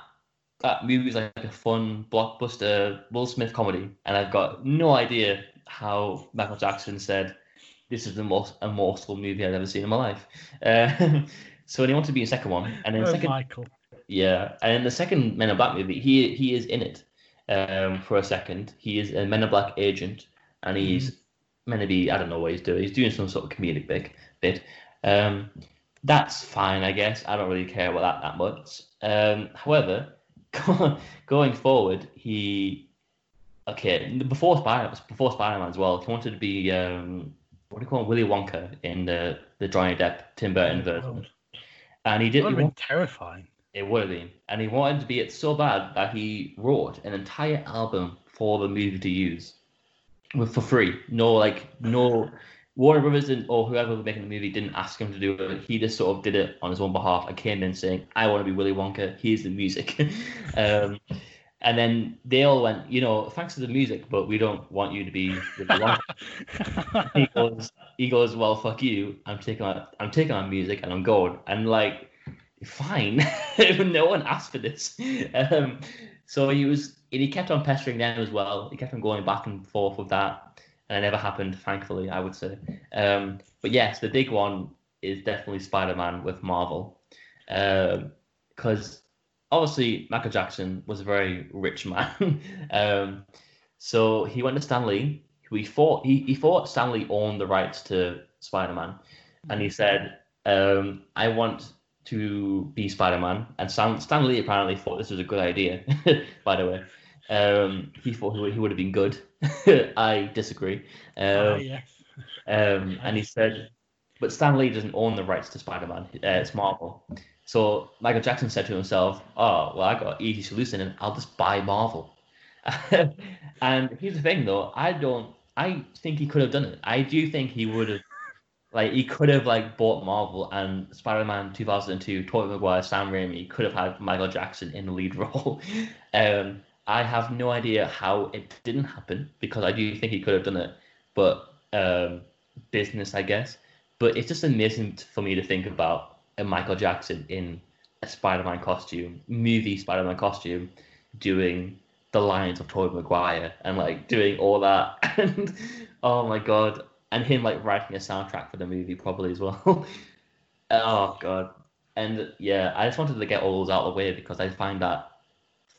A: that movie's like a fun blockbuster Will Smith comedy, and I've got no idea how Michael Jackson said this is the most emotional movie I've ever seen in my life. Uh, so he wanted to be in the second one, and then the
B: Oh,
A: second
B: Michael.
A: yeah, and in the second Men in Black movie, he he is in it um, for a second. He is a Men in Black agent, and he's meant to be. I don't know what he's doing. He's doing some sort of comedic bit. bit. Um, that's fine, I guess. I don't really care about that that much. Um, however, going forward, he okay before Spider before Spider Man as well. He wanted to be um, what do you call him, Willy Wonka in the the Johnny Depp Tim
B: Oh,
A: Burton version,
B: God.
A: and he
B: That
A: didn't.
B: would have
A: want-
B: been terrifying.
A: it would have been. And he wanted to be it so bad that he wrote an entire album for the movie to use with for free. No, like, no. Warner Brothers didn't, or whoever was making the movie didn't ask him to do it. He just sort of did it on his own behalf. I came in saying, I want to be Willy Wonka. Here's the music. um, and then they all went, you know, thanks to the music, but we don't want you to be Willy Wonka
B: Ah,
A: he goes, he goes, well, fuck you. I'm taking on, I'm taking on music and I'm going. And like, fine, no one asked for this. Um, so he was, and he kept on pestering them as well. He kept on going back and forth with that, and it never happened, thankfully, I would say. Um, but yes, the big one is definitely Spider-Man with Marvel, because obviously Michael Jackson was a very rich man. um, so he went to Stan Lee, who he thought he, he thought Stan Lee owned the rights to Spider Man, and he said, um, "I want to be Spider Man." And Stan, Stan Lee apparently thought this was a good idea. by the way, um, he thought he would, he would have been good. I disagree. Um,
B: Ah, yes.
A: Um, and he said, but Stan Lee doesn't own the rights to Spider Man, uh, it's Marvel. So Michael Jackson said to himself, oh, well, I got easy solution and I'll just buy Marvel. and here's the thing though, I don't, I think he could have done it. I do think he would have like he could have like bought Marvel and Spider-Man 2002, Tobey Maguire, Sam Raimi could have had Michael Jackson in the lead role. um, I have no idea how it didn't happen because I do think he could have done it, but um, business, I guess. But it's just amazing for me to think about a Michael Jackson in a Spider-Man costume, movie Spider-Man costume, doing the lines of Tobey Maguire and like doing all that. and oh my god, and him like writing a soundtrack for the movie probably as well. oh god. And yeah, I just wanted to get all those out of the way because I find that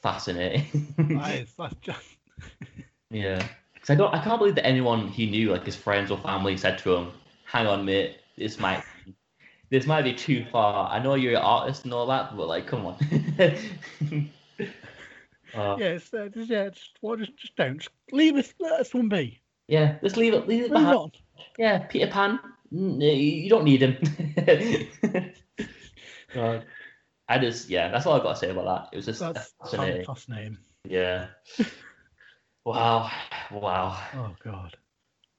A: fascinating.
B: Nice, Ah, that's just...
A: yeah. Cause I don't I can't believe that anyone he knew, like his friends or family, said to him, Hang on, mate, this might this might be too far. I know you're an artist and all that, but like come on.
B: uh, yeah, it's, uh, just, yeah, just, well, just, just don't. Just leave us, let us one be.
A: Yeah, just leave it. Leave it
B: Move
A: behind.
B: on.
A: Yeah, Peter Pan. n- You don't need him. God. I just yeah, that's all I've got to say about that. It was just
B: That's
A: fascinating.
B: Santos' name.
A: Yeah. Wow. Wow.
B: Oh God.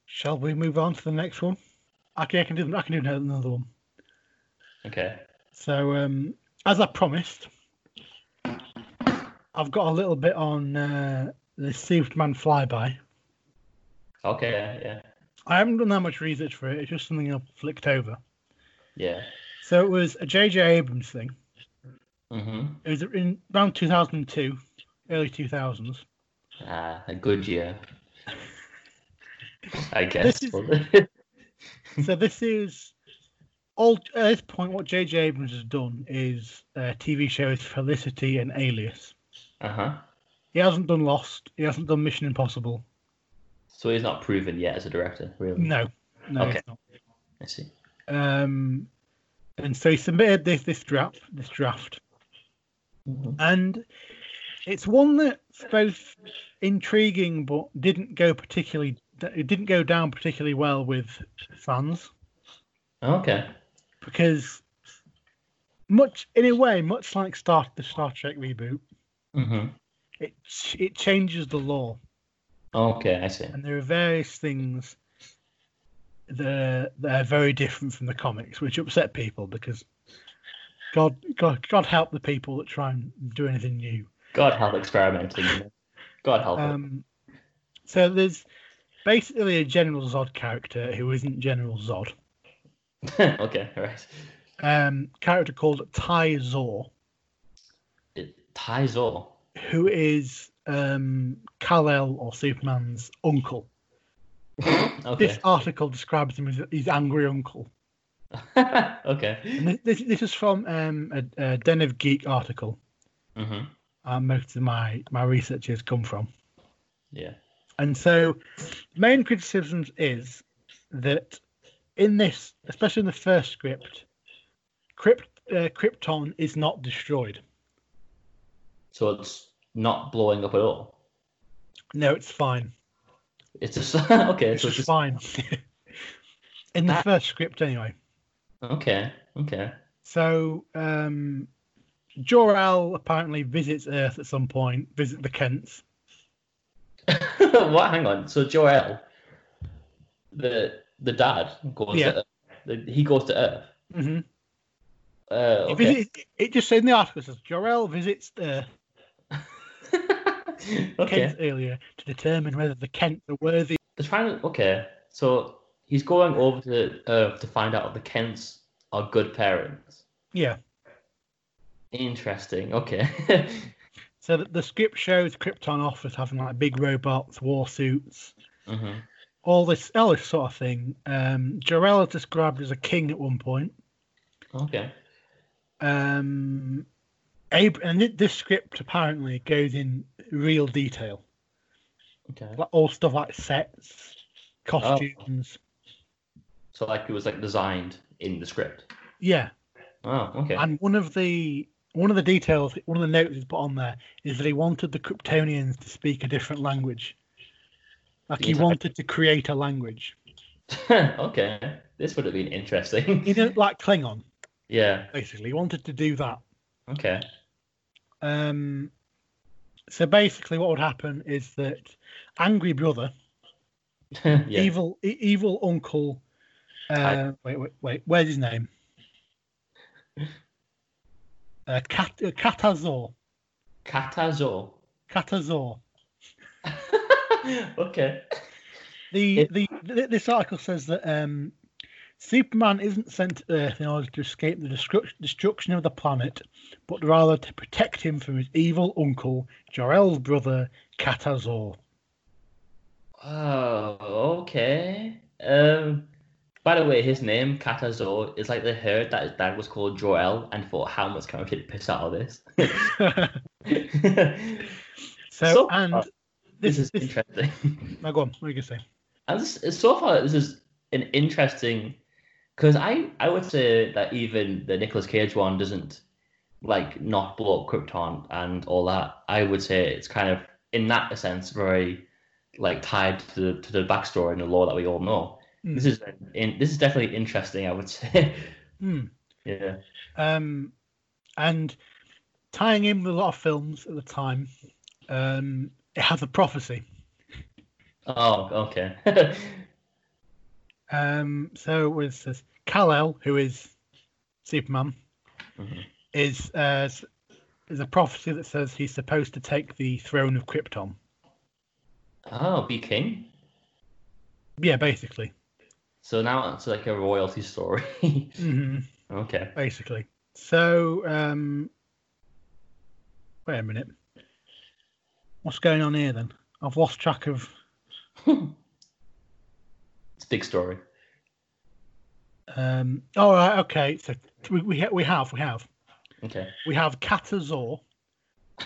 B: Shall we move on to the next one? Okay, I can do. I can do another one.
A: Okay.
B: So, um, as I promised, I've got a little bit on uh, the Superman flyby.
A: Okay. Yeah. Yeah.
B: I haven't done that much research for it. It's just something I've flicked over.
A: Yeah.
B: So it was a J.J. Abrams thing.
A: Mhm.
B: It was in around 2002, early 2000s.
A: Ah, a good year. I guess.
B: This so this is all at this point. What J.J. Abrams has done is uh, TV shows Felicity and Alias.
A: uh huh.
B: He hasn't done Lost. He hasn't done Mission Impossible.
A: So he's not proven yet as a director, really.
B: No, no,
A: Okay.
B: it's not.
A: I see.
B: Um, and so he submitted this this draft, this draft,
A: Mhm.
B: and it's one that's both intriguing but didn't go particularly. It didn't go down particularly well with fans
A: Okay.
B: because much in a way, much like Star the Star Trek reboot,
A: Mhm.
B: it ch- it changes the law.
A: Okay, I see.
B: and there are various things that that are very different from the comics, which upset people because God, God, God help the people that try and do anything new.
A: God help experimenting. you know. God help. it.
B: Um, so there's basically a General Zod character who isn't General Zod.
A: okay, all right.
B: Um, character called Ty Zor,
A: It ties all.
B: who is um, Kal El or Superman's uncle.
A: okay.
B: This article describes him as his angry uncle.
A: okay.
B: And this- this, this is from um, a, a Den of Geek article.
A: hmm
B: uh, most of my my research has come from.
A: Yeah.
B: And so, main criticisms is that in this, especially in the first script, Krypt, uh, Krypton is not destroyed.
A: So it's not blowing up at all.
B: No, it's fine.
A: It's just okay.
B: It's
A: so it's
B: just
A: just
B: fine. in the
A: That-
B: first script, anyway.
A: okay. Okay.
B: So, um, Jor-El apparently visits Earth at some point, visit the Kents.
A: what? Hang on. So Joel, the the dad goes.
B: Yeah.
A: To Earth. The- He goes to Earth.
B: hmm
A: Uh,
B: It,
A: Mm-hmm. okay.
B: visits, it just said in the article, it says Jor-El visits Earth
A: okay.
B: Kent earlier to determine whether the Kent are worthy.
A: They're trying to. Okay. So he's going over to Earth to find out if the Kents are good parents.
B: Yeah.
A: Interesting. Okay.
B: So the, the script shows Krypton off as having like big robots, war suits,
A: hmm
B: all this, all this sort of thing. Um, Jor-El is described as a king at one point.
A: Okay.
B: Um, Ab- and thi- this script apparently goes in real detail,
A: Okay.
B: like all stuff like sets, costumes.
A: So like it was like designed in the script.
B: Yeah.
A: Oh, okay.
B: And one of the one of the details, one of the notes he's put on there is that he wanted the Kryptonians to speak a different language. Like he
A: Yeah.
B: wanted to create a language.
A: okay, this would have been interesting.
B: He didn't like Klingon,
A: yeah.
B: basically. He wanted to do that.
A: Okay.
B: Um, so basically, what would happen is that angry brother,
A: yeah.
B: evil, e- evil uncle. Uh, wait, wait, wait. Where's his name? Uh, Cat, uh, Catazor.
A: Catazor.
B: Catazor.
A: okay.
B: The,
A: It-
B: the th- this article says that um, Superman isn't sent to Earth in order to escape the destruct- destruction of the planet, but rather to protect him from his evil uncle Jor El's brother Catazor.
A: Oh, okay. Um, by the way, his name Catazor is like they heard that his dad was called Joel and thought, how much can we get piss out of this?
B: so,
A: So-
B: and
A: uh,
B: this,
A: this is
B: this,
A: interesting.
B: no, go on. What are you gonna say?
A: And this, so far, this is an interesting because I I would say that even the Nicolas Cage one doesn't like not blow up Krypton and all that. I would say it's kind of in that sense very like tied to the to the backstory and the lore that we all know.
B: Mm.
A: This is an- in, this is definitely interesting. I would say,
B: Hmm.
A: yeah,
B: um, and tying in with a lot of films at the time, um, it has a prophecy.
A: oh, okay,
B: Um, so it says Kal El, who is Superman,
A: Mhm.
B: is uh, s- is a prophecy that says he's supposed to take the throne of Krypton.
A: oh, be king.
B: Yeah, basically,
A: So now it's like a royalty story.
B: hmm
A: okay,
B: basically. So um, wait a minute, what's going on here then? I've lost track of.
A: it's a big story.
B: Um, all right, okay. So we we, ha- we have we have
A: Okay,
B: we have Katazor,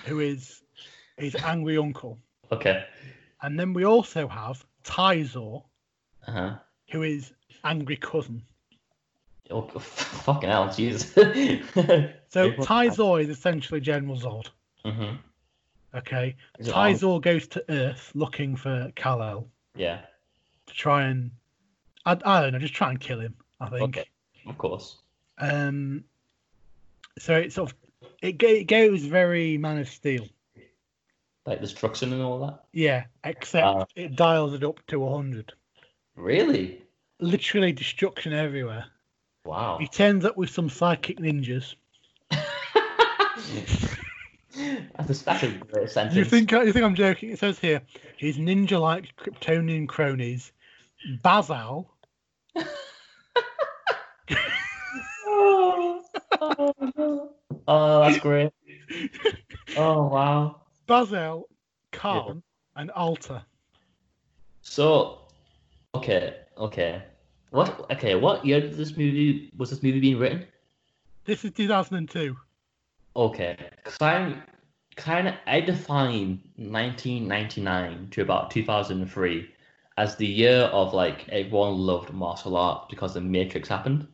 B: who is his angry uncle,
A: okay,
B: and then we also have Tizor,
A: uh huh.
B: who is angry cousin.
A: Oh, f- fucking hell, jeez. Mm-hmm.
B: So
A: People-
B: Tizor is essentially General Zod.
A: Mhm.
B: Okay,
A: Is it on?
B: Tizor goes to Earth looking for Kal El
A: Yeah,
B: to try and I, I don't know, just try and kill him. I think.
A: Okay. of course.
B: Um, so it sort of it, go, it goes very Man of Steel.
A: Like destruction and all that.
B: Yeah, except
A: Ah.
B: it dials it up to 100.
A: Really?
B: Literally destruction everywhere.
A: Wow.
B: He turns up with some psychic ninjas.
A: that's, a, that's a great sentence.
B: You think you think I'm joking? It says here his ninja-like Kryptonian cronies, Bazal,
A: Oh, oh, no. Oh, that's great. Oh wow.
B: Bazal, Khan, and Alta.
A: So, okay, okay. What? Okay, what year did this movie was this movie being written?
B: This is 2002.
A: Okay, because I'm kind of I define 1999 to about 2003 as the year of like everyone loved martial arts because the Matrix happened,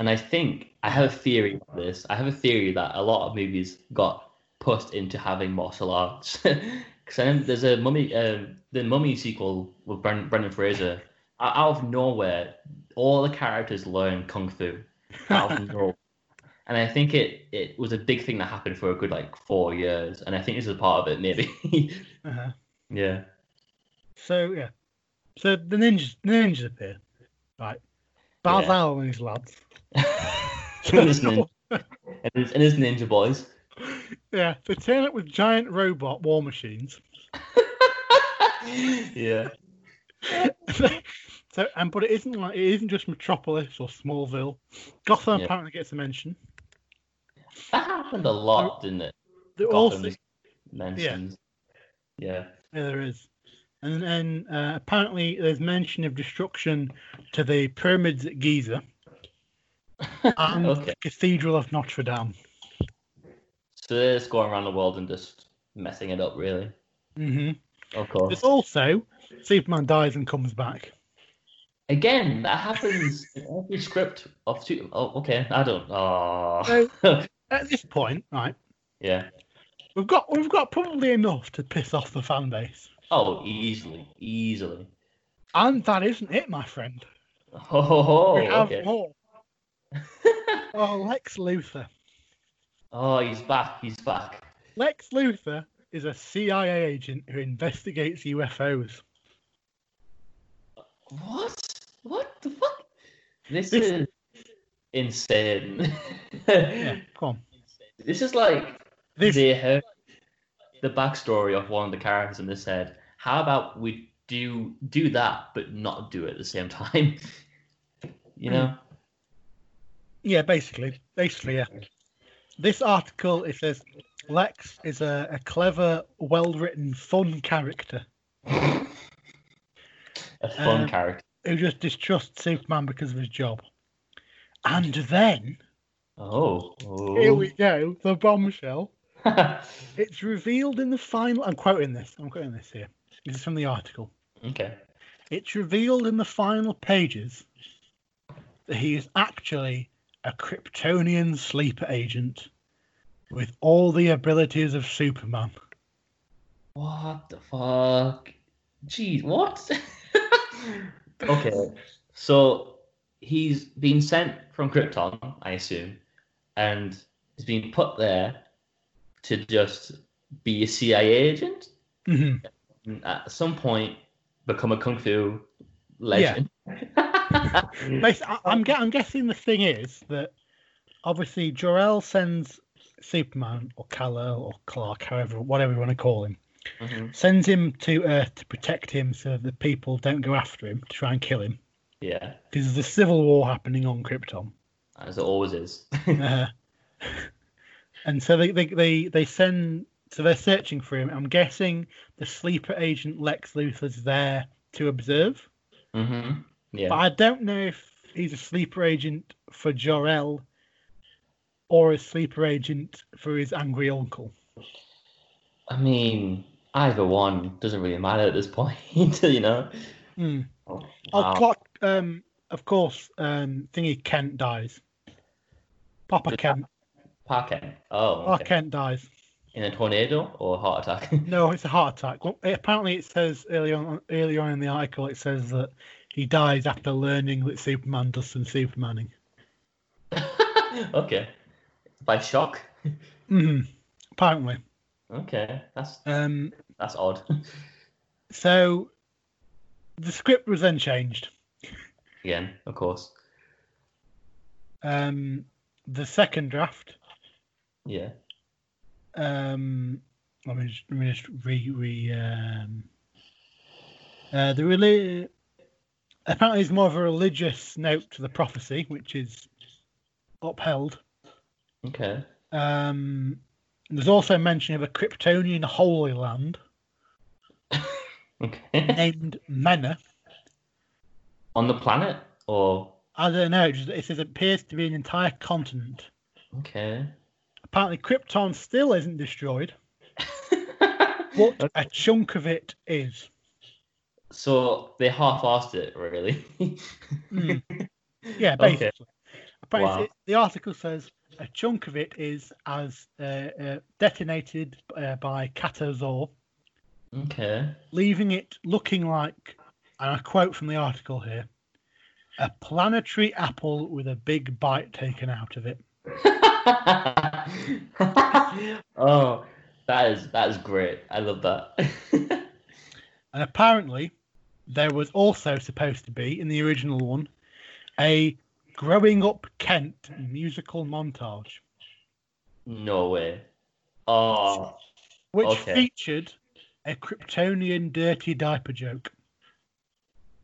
A: and I think I have a theory about this. I have a theory that a lot of movies got pushed into having martial arts because there's a mummy, um the Mummy sequel with Brendan, Brendan Fraser. Out out of nowhere, all the characters learn kung fu out of nowhere and I think it it was a big thing that happened for a good like four years, and I think this is part of it maybe.
B: Uh-huh.
A: yeah.
B: So yeah, so the ninjas the ninjas appear, right? Bazal and his lads.
A: and, his nin- and, his, and his ninja boys.
B: Yeah, they turn up with giant robot war machines.
A: yeah.
B: so and but it isn't like it isn't just Metropolis or Smallville. Gotham
A: Yeah.
B: apparently gets a mention.
A: That happened a lot, didn't it?
B: They're
A: Gotham
B: also
A: was mentioned. Yeah.
B: Yeah, there is. And then uh, apparently there's mention of destruction to the pyramids at Giza and
A: okay.
B: the Cathedral of Notre Dame.
A: So they're just going around the world and just messing it up, really.
B: hmm
A: Of course.
B: There's also Superman dies and comes back.
A: Again, that happens in every script of two. Oh, okay. I don't. Oh.
B: So at this point, right,
A: yeah.
B: we've got we've got probably enough to piss off the fan base.
A: Oh, easily, easily.
B: And that isn't it, my friend.
A: Oh,
B: we have
A: okay.
B: more. Oh, Lex Luthor.
A: oh, he's back. He's back.
B: Lex Luthor is a CIA agent who investigates UFOs.
A: What? What the fuck? This
B: This-
A: is insane.
B: Yeah, come on.
A: This is like
B: This
A: they heard the backstory of one of the characters, and they said, "How about we do do that, but not do it at the same time?" you know?
B: Yeah, basically. Basically, yeah. This article it says Lex is a, a clever, well written, fun character Hmm.
A: A fun
B: Um,
A: character.
B: who just distrusts Superman because of his job. And then
A: Oh. oh.
B: here we go, the bombshell. It's revealed in the final I'm quoting this. I'm quoting this here. This is from the article.
A: okay.
B: It's revealed in the final pages that he is actually a Kryptonian sleeper agent with all the abilities of Superman.
A: What the fuck? Jeez, what? okay, so he's been sent from Krypton, I assume, and he's been put there to just be a CIA agent.
B: Mhm.
A: And at some point, become a kung fu legend.
B: Basi- I- I'm, gue- I'm guessing the thing is that obviously Jor-El sends Superman or Kal-El or Clark, however, whatever you want to call him,
A: Mhm.
B: sends him to Earth to protect him so the people don't go after him to try and kill him
A: Yeah,
B: because there's a civil war happening on Krypton.
A: as it always is.
B: Uh, and so they, they, they, they send, so they're searching for him. I'm guessing the sleeper agent Lex Luthor's there to observe.
A: hmm Yeah.
B: But I don't know if he's a sleeper agent for Jor-El or a sleeper agent for his angry uncle.
A: I mean, either one doesn't really matter at this point, you know?
B: Hmm.
A: Oh,
B: Oh,
A: wow.
B: Clark, um, of course, um, thingy Kent dies. Papa
A: Does
B: Kent.
A: Parkin. Oh,
B: Papa
A: okay.
B: Kent dies.
A: In a tornado or a heart attack?
B: No, it's a heart attack. Well, apparently, it says early on, early on in the article, it says that he dies after learning that Superman does some Supermaning.
A: okay. By shock?
B: hmm Apparently.
A: Okay. That's
B: Um,
A: that's odd.
B: so the script was then changed.
A: Again, of course.
B: um, the second draft.
A: Yeah.
B: Um, let me just, let me just re re. Um, uh, the reli- apparently is more of a religious note to the prophecy, which is upheld.
A: Okay.
B: Um, there's also mention of a Kryptonian holy land
A: Okay.
B: named Mena.
A: On the planet or
B: I don't know. It, just, it says it appears to be an entire continent.
A: okay.
B: Apparently, Krypton still isn't destroyed, but a chunk of it is.
A: so they half-assed it, really.
B: Hmm. Yeah, basically.
A: okay.
B: But it's-
A: Wow.
B: it- the article says a chunk of it is as uh, uh, detonated uh, by Katazor,
A: Okay.
B: leaving it looking like, and I quote from the article here, a planetary apple with a big bite taken out of it.
A: oh, that is that is great. I love that.
B: And apparently, there was also supposed to be in the original one a growing up Kent musical montage,
A: no way. Oh,
B: which
A: Okay.
B: featured a Kryptonian dirty diaper joke.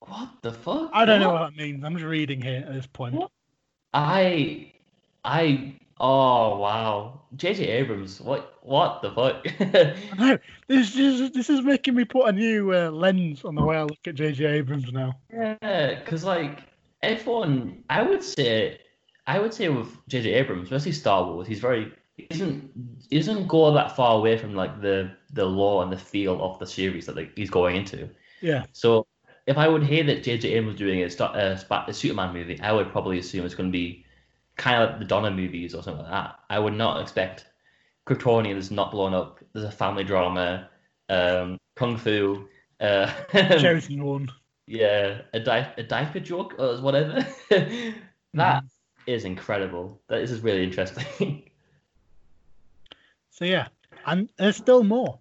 A: what the fuck?
B: I don't know
A: What?
B: what that means. I'm just reading here at this point.
A: What? I, I. Oh wow, JJ Abrams. What? What the fuck?
B: No, this is this is making me put a new uh, lens on the way I look at JJ Abrams now.
A: yeah, because like everyone, I would say, I would say with JJ Abrams, especially Star Wars, he's very he isn't he doesn't go that far away from like the the law and the feel of the series that like, he's going into.
B: Yeah,
A: So if I would hear that J.J. Abrams was doing a, Star, uh, Sp- a Superman movie, I would probably assume it's going to be kind of like the Donna movies or something like that. I would not expect Kryptonian is not blown up. There's a family drama, um, kung fu. Uh,
B: chosen one.
A: yeah, a, di- a diaper joke or whatever. That is incredible. That this is really interesting.
B: So yeah, and there's still more.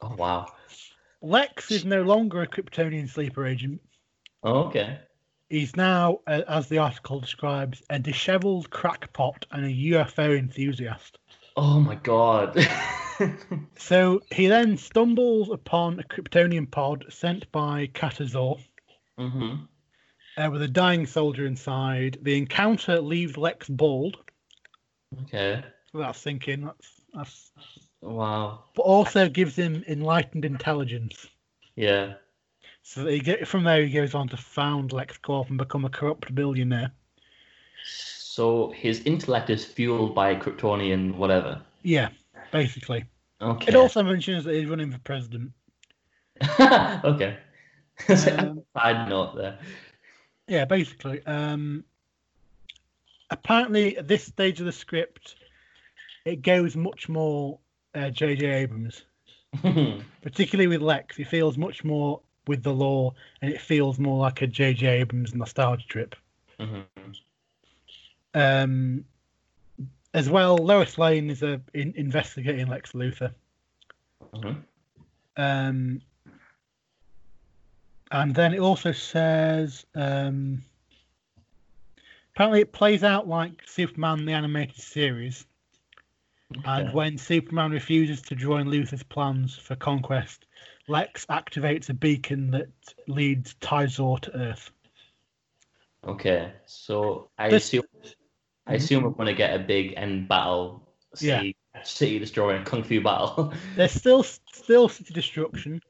A: oh wow.
B: Lex is no longer a Kryptonian sleeper agent.
A: Oh, okay.
B: He's now, uh, as the article describes, a dishevelled crackpot and a UFO enthusiast.
A: Oh my god.
B: So he then stumbles upon a Kryptonian pod sent by Katazor
A: hmm
B: uh, with a dying soldier inside. The encounter leaves Lex bald.
A: Okay.
B: That's thinking. That's that's.
A: Wow.
B: But also gives him enlightened intelligence.
A: Yeah.
B: So he get, from there he goes on to found LexCorp and become a corrupt billionaire.
A: So his intellect is fueled by Kryptonian whatever.
B: Yeah, basically.
A: Okay.
B: It also mentions that he's running for president.
A: okay. Uh,
B: Um,
A: Side note there.
B: Yeah, basically. Um, apparently, at this stage of the script, it goes much more uh, J.J. Abrams,
A: Mm-hmm.
B: particularly with Lex. He feels much more with the law, and it feels more like a J.J. Abrams nostalgia trip.
A: Mhm.
B: Um, as well, Lois Lane is a, in, investigating Lex Luthor.
A: Mhm.
B: Um, and then it also says um, apparently it plays out like Superman the animated series. And
A: Okay.
B: when Superman refuses to join Luthor's plans for conquest, Lex activates a beacon that leads Tizor to Earth.
A: Okay. So I
B: This-
A: assume I
B: Mhm.
A: assume we're going to get a big end battle. City, city destroying kung fu battle.
B: There's still still city destruction.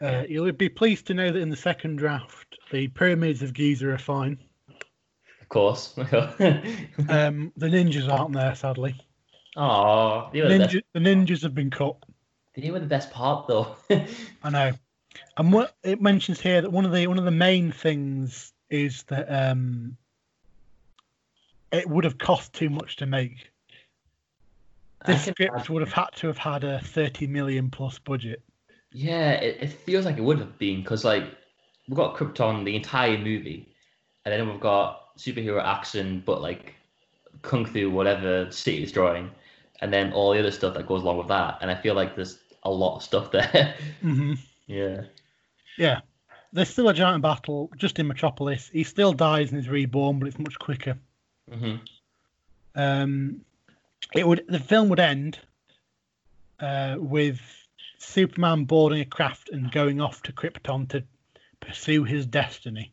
B: Uh, you'll be pleased to know that in the second draft, the pyramids of Giza are fine.
A: of course. oh,
B: Um, the ninjas aren't there, sadly.
A: they were the best.
B: Ninja, the ninjas have been cut.
A: They were the best part though.
B: I know. And what it mentions here that one of the one of the main things is that um, it would have cost too much to make.
A: I
B: This
A: can
B: script would have had to have had a thirty million plus budget.
A: Yeah, it, it feels like it would have been because like we've got Krypton the entire movie, and then we've got superhero action, but like kung fu, whatever city destroying, and then all the other stuff that goes along with that. And I feel like there's a lot of stuff there.
B: hmm
A: yeah.
B: Yeah, there's still a giant battle just in Metropolis. He still dies and is reborn, but it's much quicker.
A: hmm
B: um, it would the film would end uh, with Superman boarding a craft and going off to Krypton to pursue his destiny.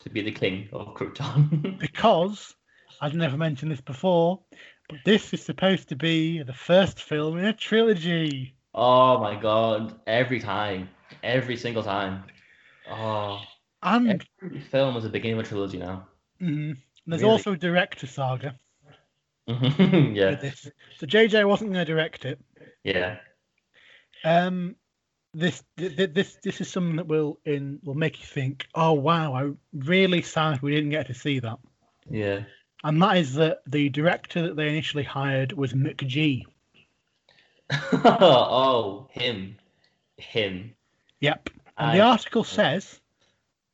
A: To be the king of Krypton.
B: Because I've never mentioned this before, but this is supposed to be the first film in a trilogy.
A: oh my god! Every time, every single time. Oh,
B: And
A: every film is the beginning of a trilogy now.
B: mm, there's
A: Really?
B: also a director saga
A: Mhm,
B: with
A: yeah,
B: this. So JJ wasn't going to direct it.
A: yeah.
B: Um, this th- th- this this is something that will in will make you think. Oh wow! I really sad we didn't get to see that.
A: Yeah.
B: And that is that the director that they initially hired was McGee.
A: oh, him, him.
B: Yep. And
A: I-
B: the article says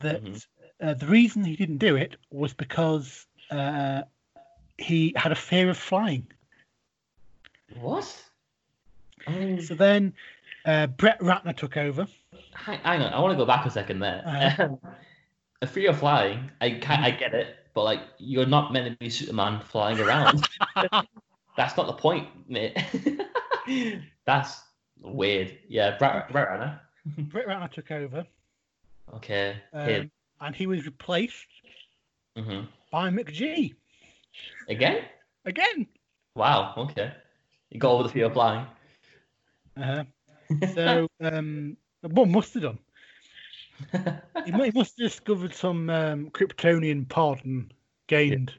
B: that
A: Mhm.
B: uh, the reason he didn't do it was because uh, he had a fear of flying.
A: what? Oh. I mean,
B: So then uh, Brett Ratner took over.
A: hang, hang on, I want to go back a second there. Um, a fear of flying, I ca-
B: Mm-hmm.
A: I get it, but like you're not meant to be Superman flying around. That's not the point, mate. That's weird. Yeah, Brett, Brett Ratner.
B: Brett Ratner took over,
A: Okay,
B: um,
A: him.
B: and he was replaced
A: hmm
B: by McGee
A: Again?
B: again.
A: Wow. Okay, you got over the fear of flying.
B: Uh-huh. So um, what must have done? he, mu- he must have discovered some um, Kryptonian pod and gained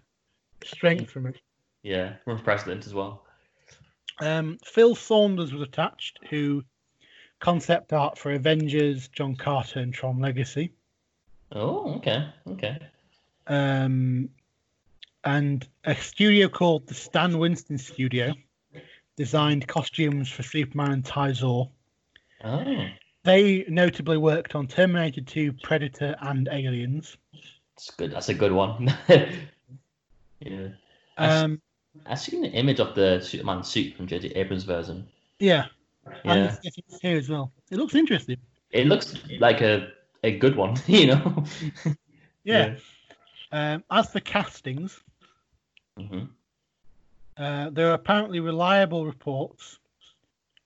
B: strength from it.
A: yeah, run for president as well.
B: Um, Phil Saunders was attached, who concept art for Avengers, John Carter, and Tron Legacy.
A: Oh, okay, okay.
B: Um, and a studio called the Stan Winston Studio designed costumes for Superman and Tizor.
A: Oh.
B: They notably worked on Terminator 2, Predator, and Aliens.
A: That's good. That's a good one. yeah. I
B: Um,
A: I've seen an image of the Superman suit from J.J. Abrams' version.
B: yeah,
A: Yeah.
B: and it's here as well. It looks interesting.
A: It looks like a, a good one, you know?
B: Yeah. Um, as for castings, Mm-hmm.
A: hmm
B: uh, there are apparently reliable reports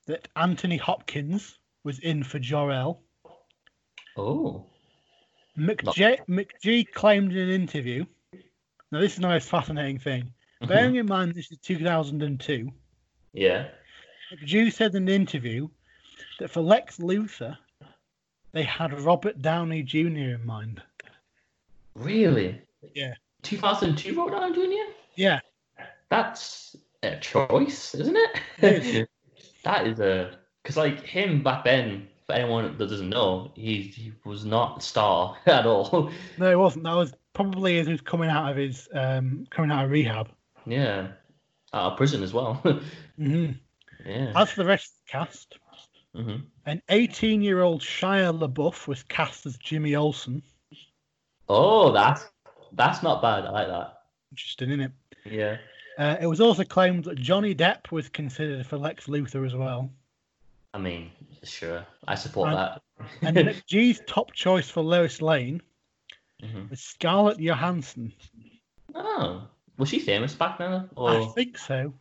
B: that Anthony Hopkins was in for Jor-El.
A: Oh.
B: McJ- McG claimed in an interview. Now, this is the most fascinating thing. Bearing in mind this is 2002,
A: yeah.
B: McG said in an interview that for Lex Luthor, they had Robert Downey Jr. in mind.
A: Really?
B: Yeah.
A: 2002 Robert Downey Jr.?
B: Yeah,
A: That's a choice, isn't
B: It
A: it? that is a. Because, like, him back then, for anyone that doesn't know, he, he was not a star at all.
B: no, it wasn't. That was probably as he was coming out of his um, coming out of rehab.
A: yeah. Out of prison as well.
B: hmm
A: yeah.
B: As for the rest of the cast,
A: hmm
B: an 18-year-old Shia LaBeouf was cast as Jimmy Olsen.
A: Oh, that's, that's not bad. I like that.
B: Interesting, isn't it?
A: Yeah.
B: Uh, it was also claimed that Johnny Depp was considered for Lex Luthor as well.
A: I mean, sure. I support
B: And-
A: that.
B: And McGee's top choice for Lois Lane
A: Mhm.
B: was Scarlett Johansson.
A: Oh, was she famous back then?
B: I
A: Or
B: think so.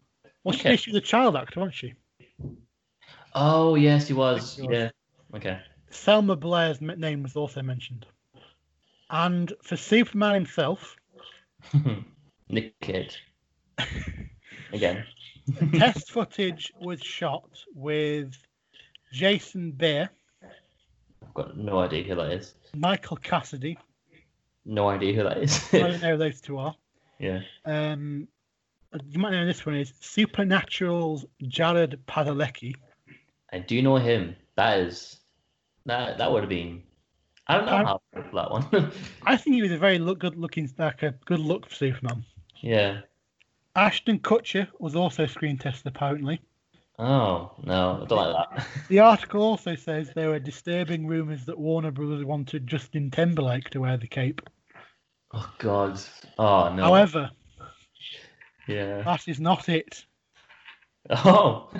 B: Well, she,
A: Okay.
B: she was a child actor, wasn't she?
A: oh, yes, she was.
B: she was.
A: Yeah. Okay.
B: Selma Blair's m- name was also mentioned. And for Superman himself,
A: Nick Cage. Again.
B: test footage was shot with Jason Bear,
A: I've got no idea who that is.
B: Michael Cassidy.
A: No idea who that is.
B: I don't know who those two are.
A: yeah.
B: Um, you might know who this one is Supernatural's Jared Padalecki.
A: I do know him. That is that that would have been I don't know
B: I-
A: how I feel that one.
B: I think he was a very look, good looking, like a good look for Superman.
A: yeah.
B: Ashton Kutcher was also screen tested, apparently.
A: Oh, no, I don't like that.
B: The article also says there were disturbing rumours that Warner Brothers wanted Justin Timberlake to wear the cape.
A: Oh god. Oh no.
B: However,
A: yeah.
B: that is not it.
A: Oh.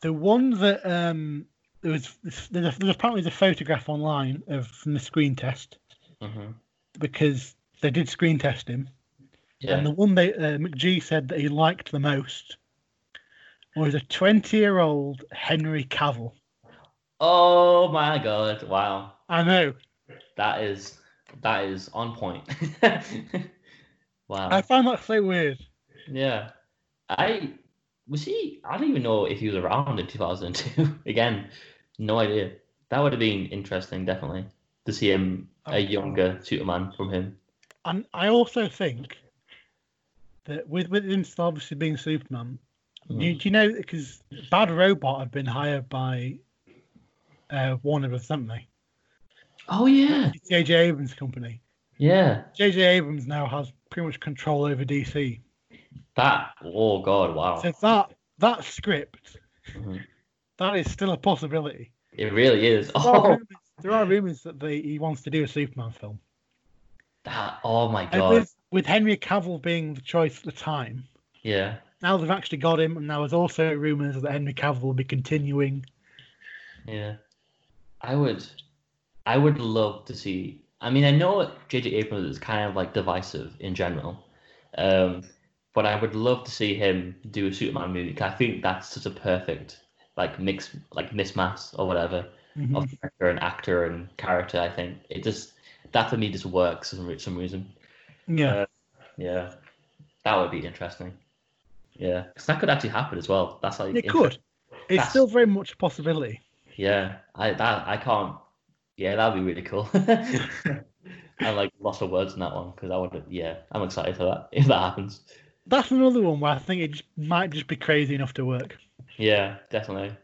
B: The one that um, there was there's, a, there's apparently there's a photograph online of from the screen test
A: hmm
B: because they did screen test him,
A: Yeah.
B: and the one they uh, McGee said that he liked the most was a 20 year old Henry Cavill.
A: Oh my god! Wow,
B: I know.
A: that is that is on point. wow.
B: I find that so weird.
A: Yeah, I was he. I don't even know if he was around in two thousand two. Again, no idea. That would have been interesting, definitely, to see him
B: Oh.
A: a younger Superman from him.
B: And I also think that with with him still obviously being Superman,
A: Hmm.
B: you, do you know because Bad Robot had been hired by uh, Warner Brothers, hadn't they?
A: Oh yeah,
B: It's J.J. Abrams' company.
A: yeah.
B: J.J. Abrams now has pretty much control over DC.
A: That. Oh god! Wow.
B: So that that script
A: Mhm.
B: that is still a possibility.
A: It really is.
B: There are
A: Oh,
B: rumours- there are rumors that they, he wants to do a Superman film,
A: that. Oh my
B: and
A: god.
B: with with Henry Cavill being the choice at the time.
A: Yeah.
B: now they've actually got him, and there was also rumours that Henry Cavill will be continuing.
A: Yeah, I would, I would love to see. I mean, I know JJ Abrams is kind of like divisive in general, um, but I would love to see him do a Superman movie. 'cause I think that's such a perfect like mix, like mismatch or whatever
B: Mm-hmm.
A: of character and actor and character. I think it just that for me just works for some re- some reason.
B: Yeah,
A: Uh, Yeah, that would be interesting. Yeah, because that could actually happen as well. That's like
B: it
A: inter-
B: could. It's
A: that's-
B: still very much a possibility.
A: yeah, I that I can't. Yeah, that'd be really cool. I like lots of words in that one because I would. Yeah, I'm excited for that if that happens.
B: That's another one where I think it just, might just be crazy enough to work.
A: Yeah, definitely.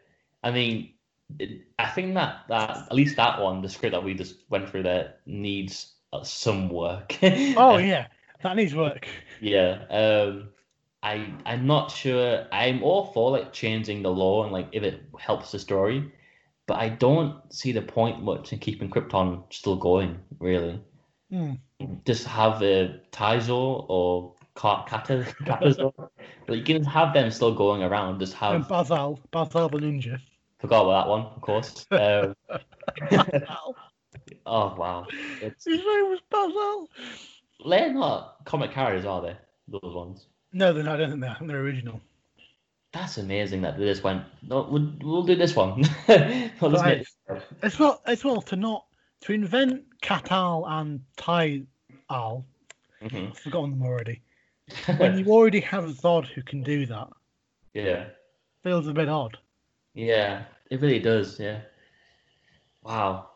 A: I mean, it, I think that that at least that one, the script that we just went through there needs uh, some work.
B: Oh yeah, that needs work.
A: Yeah. Um, I I'm not sure. I'm all for like changing the law and like if it helps the story. but I don't see the point much in keeping Krypton still going, really.
B: Hmm.
A: Just have a Taizo or Ka- Kata, Katazo. like, you can have them still going around. Just have.
B: And Bazal, Bazal the Ninja.
A: Forgot about that one, of course. Um,
B: Bazal.
A: oh, wow. It's,
B: His name was Bazal.
A: they're not comic characters, are they? Those ones.
B: No, they're not. I don't think they're, I think they're original.
A: That's amazing that they just went, no, we'll, we'll do this one. Well, let's make-
B: It's well, it's well to not to invent Katal and Tai Al.
A: Mhm.
B: I've forgotten them already. When you already have Zod who can do that,
A: yeah.
B: feels a bit odd.
A: Yeah, it really does. Yeah. Wow.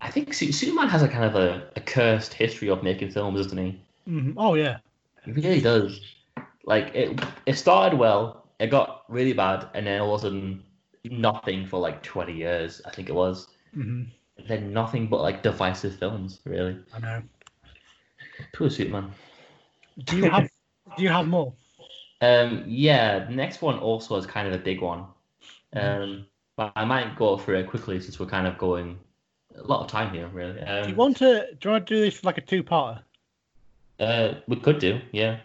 A: I think Su- Superman has a kind of a, a cursed history of making films, doesn't he?
B: Mhm. Oh yeah,
A: He really does. Like it, it started well, it got really bad, and then all of a sudden, nothing for like twenty years. I think it was.
B: hmm
A: Then nothing but like divisive films, really.
B: I know.
A: Poor Superman.
B: Do you have? do you have more?
A: Um, yeah, the next one also is kind of a big one. Um, but I might go through it quickly since we're kind of going a lot of time here, really. Um,
B: Do you want to? Do you want to do this like a two-parter?
A: Uh, we could do, yeah,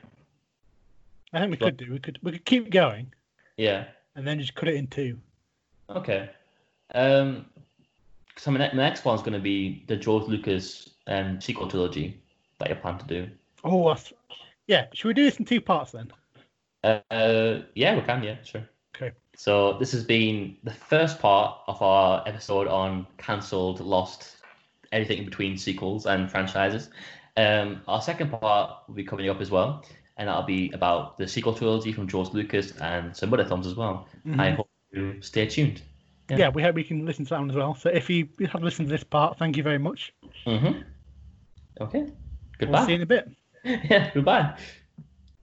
B: I think we could do. We could. We could keep going
A: yeah,
B: and then just cut it in two.
A: okay. Um, so my, ne- my next one's going to be the George Lucas um sequel trilogy that you plan to do.
B: Oh, that's, yeah. Should we do this in two parts then?
A: Uh, uh, yeah, we can, yeah, sure.
B: Okay.
A: So this has been the first part of our episode on cancelled, lost, anything in between sequels and franchises. Um, our second part will be coming up as well, and that'll be about the sequel trilogy from George Lucas and some other films as well.
B: Mm-hmm.
A: I hope you stay tuned.
B: yeah. we hope we can listen to that one as well. So if you have listened to this part, thank you very much.
A: Mm-hmm. Okay.
B: We'll see you
A: Goodbye.
B: in a bit.
A: yeah, goodbye.